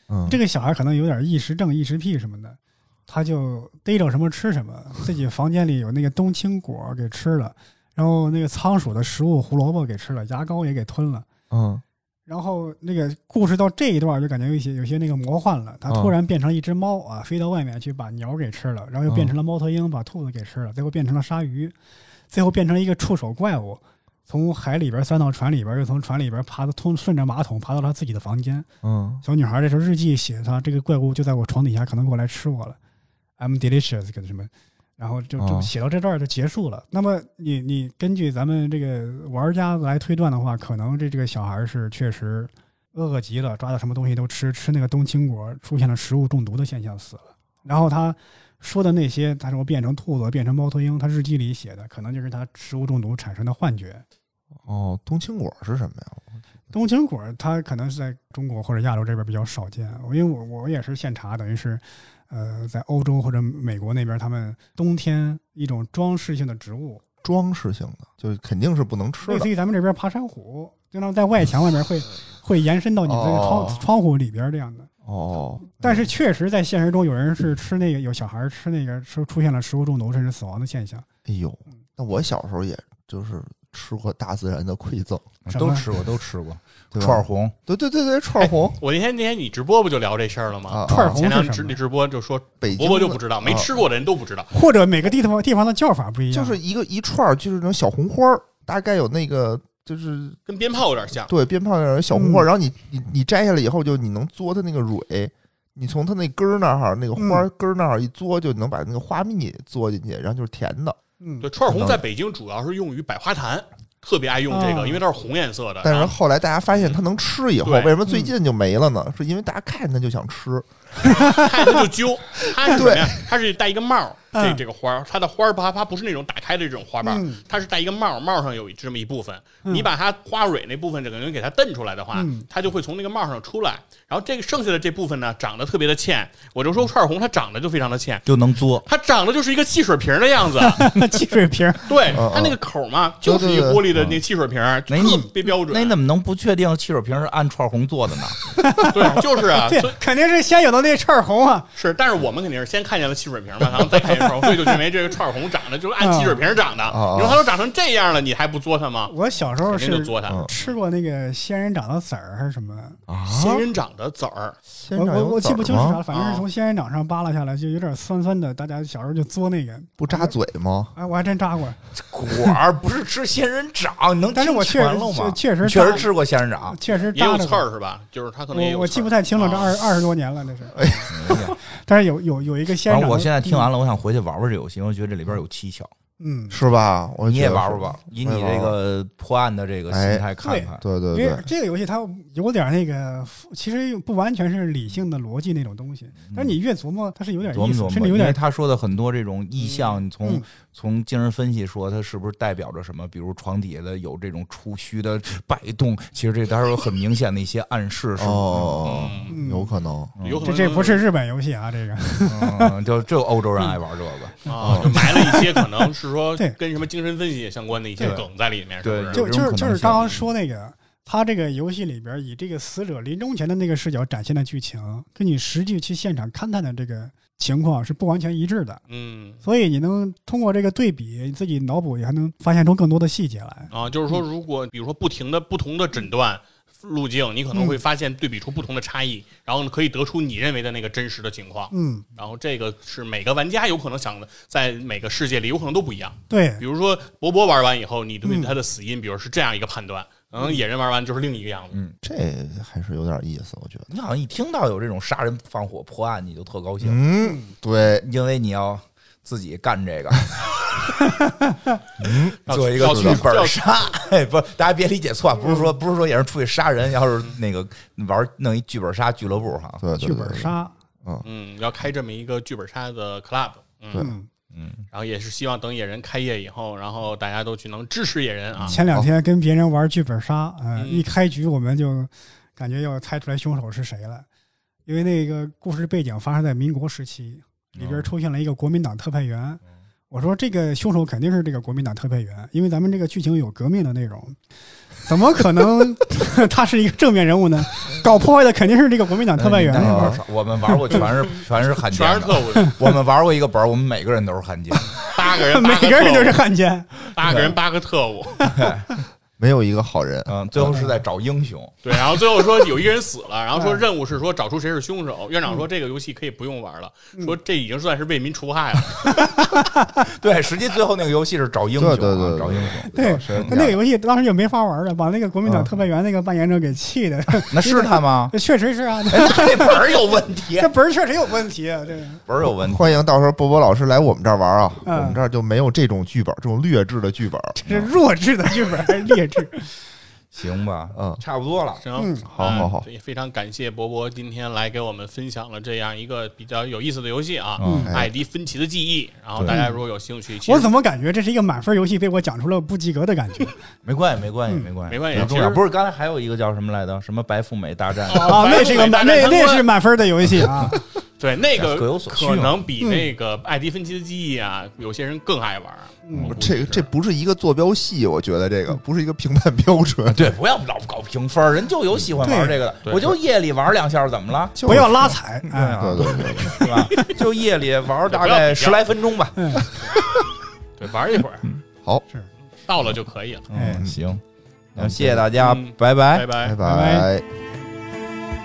嗯，
这个小孩可能有点异食症、异食癖什么的，他就逮着什么吃什么，自己房间里有那个冬青果给吃了，然后那个仓鼠的食物胡萝卜给吃了，牙膏也给吞了。
嗯
然后那个故事到这一段就感觉有一些有些那个魔幻了，他突然变成一只猫啊，飞到外面去把鸟给吃了，然后又变成了猫头鹰把兔子给吃了，最后变成了鲨鱼，最后变成一个触手怪物，从海里边钻到船里边，又从船里边爬到通顺着马桶爬到他自己的房间。
嗯
小女孩这时候日记写她这个怪物就在我床底下，可能过来吃我了，I'm delicious 跟什么，然后就
哦
就写到这段儿就结束了。那么你你根据咱们这个玩家来推断的话，可能这这个小孩是确实饿极了，抓到什么东西都吃，吃那个冬青果出现了食物中毒的现象死了。然后他说的那些，他说变成兔子、变成猫头鹰，他日记里写的可能就是他食物中毒产生的幻觉。
哦，冬青果是什么呀？
冬青果儿它可能是在中国或者亚洲这边比较少见，因为我我也是现查，等于是，呃，在欧洲或者美国那边，他们冬天一种装饰性的植物，
装饰性的，就是肯定是不能吃
类
的
似于咱们这边爬山虎，就那种在外墙外面会 会延伸到你的窗、
哦
窗户里边这样的。
哦。
嗯
但是确实在现实中，有人是吃那个，有小孩儿吃那个，出出现了食物中毒甚至死亡的 现象。
哎呦，
嗯
那我小时候也就是吃过大自然的馈赠，
什么
都吃过，都吃过
对吧
串儿红，
对对对对，串儿红
我那天那天你直播不就聊这事儿了
啊
吗？，
哎串儿
啊
红
前两
是
天
什
直
么
你直播就说，
北京
伯伯就
的
不知道，没
啊
吃过的人都不知道。
或者每个地方地方的叫法不一
就
样，
是一个一串儿，就是那种小红花儿，大概有那个就是
跟鞭炮有点像。
对鞭炮那种小红花儿，
嗯
然后你你你摘下来以后，就你能嘬它那个蕊，你从它那根儿那儿那个花儿根儿那儿一嘬，就能把那个花蜜嘬进去，然后就是甜的。
嗯
对，，串儿红在北京主要是用于百花坛，特别爱用这
啊
个，因为它是红颜色的。啊
哦但是
然后
后来大家发现它能吃以后，
对
为什么最近就没了呢？是因为大家看见它就想吃。
看着它就 揪，它是什么
对
呀？它是戴一个帽儿，这
嗯
这个花儿，它的花儿啪啪不是那种打开的这种花瓣儿
嗯，
它是戴一个帽儿，帽儿上有这么一部分，
嗯
你把它花蕊那部分整个人给它蹬出来的话
嗯，
它就会从那个帽儿上出来。然后这个剩下的这部分呢，长得特别的欠，我就说串儿红它长得就非常的欠。
就能作。
它长得就是一个汽水瓶儿的 样子，
汽水瓶儿，
对
嗯
它那个口儿嘛，就是一
对对对嗯
玻璃的那汽水瓶儿，
那
特
你
别标准。
那你怎么能不确定汽水瓶是按串儿红做的呢？
对， 就是啊，
对
所以，
肯定是先有的那串儿红啊，
是，但是我们肯定是先看见了汽水瓶嘛，然后再看见串红，所以就认为这个串红长得就是
嗯
按汽水瓶长的。
啊啊
你说它都长成这样了，你还不作它吗？
我小时候
肯定就是作它。
嗯
吃过那个仙人掌的籽儿还是什么？
啊
仙人掌的籽儿，
仙
我
人掌
我
有
我记
籽
不
儿
清是啥
吗
了，反正是从仙人掌上扒拉下来，就有点酸酸的。大家小时候就嘬那个，
不扎嘴吗？
哎，我还真扎过，
果儿不是吃仙人掌，你能
但是我
听
确实
全了吗？
确确实
确
扎
实吃过仙人掌，
确实
也有
扎着
刺
过。
儿是吧？就是它可能也有
我我
刺儿
记不太清了，这
啊
二二十多年了，这是。
呀
但是有有有一个仙
反
人
正
掌，
我现在听完了，我想回去玩玩这游戏，因为我觉得这里边有蹊跷。
嗯，
是吧？我
你也
觉得
玩
是
玩吧，以
我
你
也
哎
玩
这
玩
个破案的这个心态看看。
对对
嗯，因
对
为，这个游戏它有点那个，其实不完全是理性的逻辑那种东西，但是你越琢磨，它是有点
琢磨
意思
琢，
甚
磨，
至
因
有点
为他说的很多这种意象，从
嗯
从精神分析说，它是不是代表着什么？比如床底下的有这种触须的摆动，其实这当然有很明显的一些暗示，是吗？
哦，
嗯
有可能。
嗯
有可
这
能
这不是日本游戏啊，这个
嗯，就只有欧洲人爱玩这个。
哦
啊，就埋了一些可能是说
对
跟什么精神分析相关的一些
对
梗在里面，是不
对
是？
就
有这
就
种
是
可
就
能
是刚刚
性嗯
说那个，他这个游戏里边以这个死者临终前的那个视角展现的剧情，跟你实际去现场勘探的这个情况是不完全一致的，
嗯，
所以你能通过这个对比，你自己脑补也还能发现出更多的细节来。
啊，就是
嗯
说，如果比如说不停的不同的诊断路径，你可
嗯
能会发现对比出不同的差异，然后呢可以得出你认为的那个真实的情况。
嗯，
然后这个是每个玩家有可能想的，在每个世界里有可能都不一样。
对嗯
比如说博博玩完以后，你对他的死因，比如是这样一个判断，然后野人玩完就是另一个样子。
嗯，
这还是有点意思，我觉得。
你好像一听到有这种杀人放火破案，你就特高兴，
嗯，对，
因为你要自己干这个，
要
做一个
要
剧
去要
本杀。 哎，不，大家别理解错，不是说不是说也是出去杀人，要是那个玩弄一剧本杀俱乐部哈，
对对
啊剧本，杀，
嗯，要开这么一个剧本杀的 club。嗯，
对
嗯，
然后也是希望等野人开业以后，然后大家都去能支持野人啊。
前两天跟别人玩剧本杀，嗯，
嗯
一开局我们就感觉要猜出来凶手是谁了，因为那个故事背景发生在民国时期，
哦
里边出现了一个国民党特派员。我说这个凶手肯定是这个国民党特派员，因为咱们这个剧情有革命的内容，怎么可 能他是一个正面人物呢？搞破坏的肯定是这个国民党特
哎
派员
那
那会
玩
儿
儿少我们玩过全是 全是汉奸
全
的，
是特务，
我们玩过一个本儿，我们每个人都是汉奸。
八 个人，
每
八
个人都是
特务
汉奸。
八个人八个特务，
没有一个好人。
啊
嗯，最后是在找英雄。
对，然后最后说有一个人死了，然后说
嗯
任务是说找出谁是凶手。院长说这个游戏可以不用玩了，
嗯
说这已经算是为民除害了。
对，实际最后那个游戏是找英雄、啊，
对对对对
找英雄。
对，
是
他那个游戏当时就没法玩了，把那个国
啊
民
嗯
党特派员那个扮演者给 气的，
那是他吗？
确实是啊，
哎，那本儿有问题啊
这，本儿确实有问题啊，这个。
本儿有问题。
欢迎到时候波波老师来我们这儿玩啊，
嗯
我们这儿就没有这种剧本，这种劣质的剧本。
这是弱智的剧本还是劣质？
行吧，
嗯
差不多了。
行，
好好好
嗯也非常感谢博博今天来给我们分享了这样一个比较有意思的游戏啊，
嗯
艾迪芬奇的记忆》。然后
对
大家如果有兴趣，其实
我怎么感觉这是一个满分游戏被我讲出了不及格的感觉
没关系，没关系，没关系，
没关系
不重
其
要。
实
不是，刚才还有一个叫什么来着？什么白富美大战？
啊？那是一个满那那是满分的游戏啊！
对那个
各有所啊需
可能比那个艾迪芬奇的记忆啊，有些人更爱玩。
嗯
我估计
这
是
这不是一个坐标系，我觉得这个不是一个评判标
啊
准。
对，不要老搞评分儿，人就有喜欢玩这个的。
对
我就夜里玩两下，怎么了？
不要拉踩，
对
哎，
啊
对，对对，对
是吧？就夜里玩大概十来分钟吧。
对玩一会儿
好，
到了就可以了。
哎
嗯，行，那谢谢大家
嗯，
拜拜
拜。拜
拜。
拜
拜。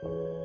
Thank you.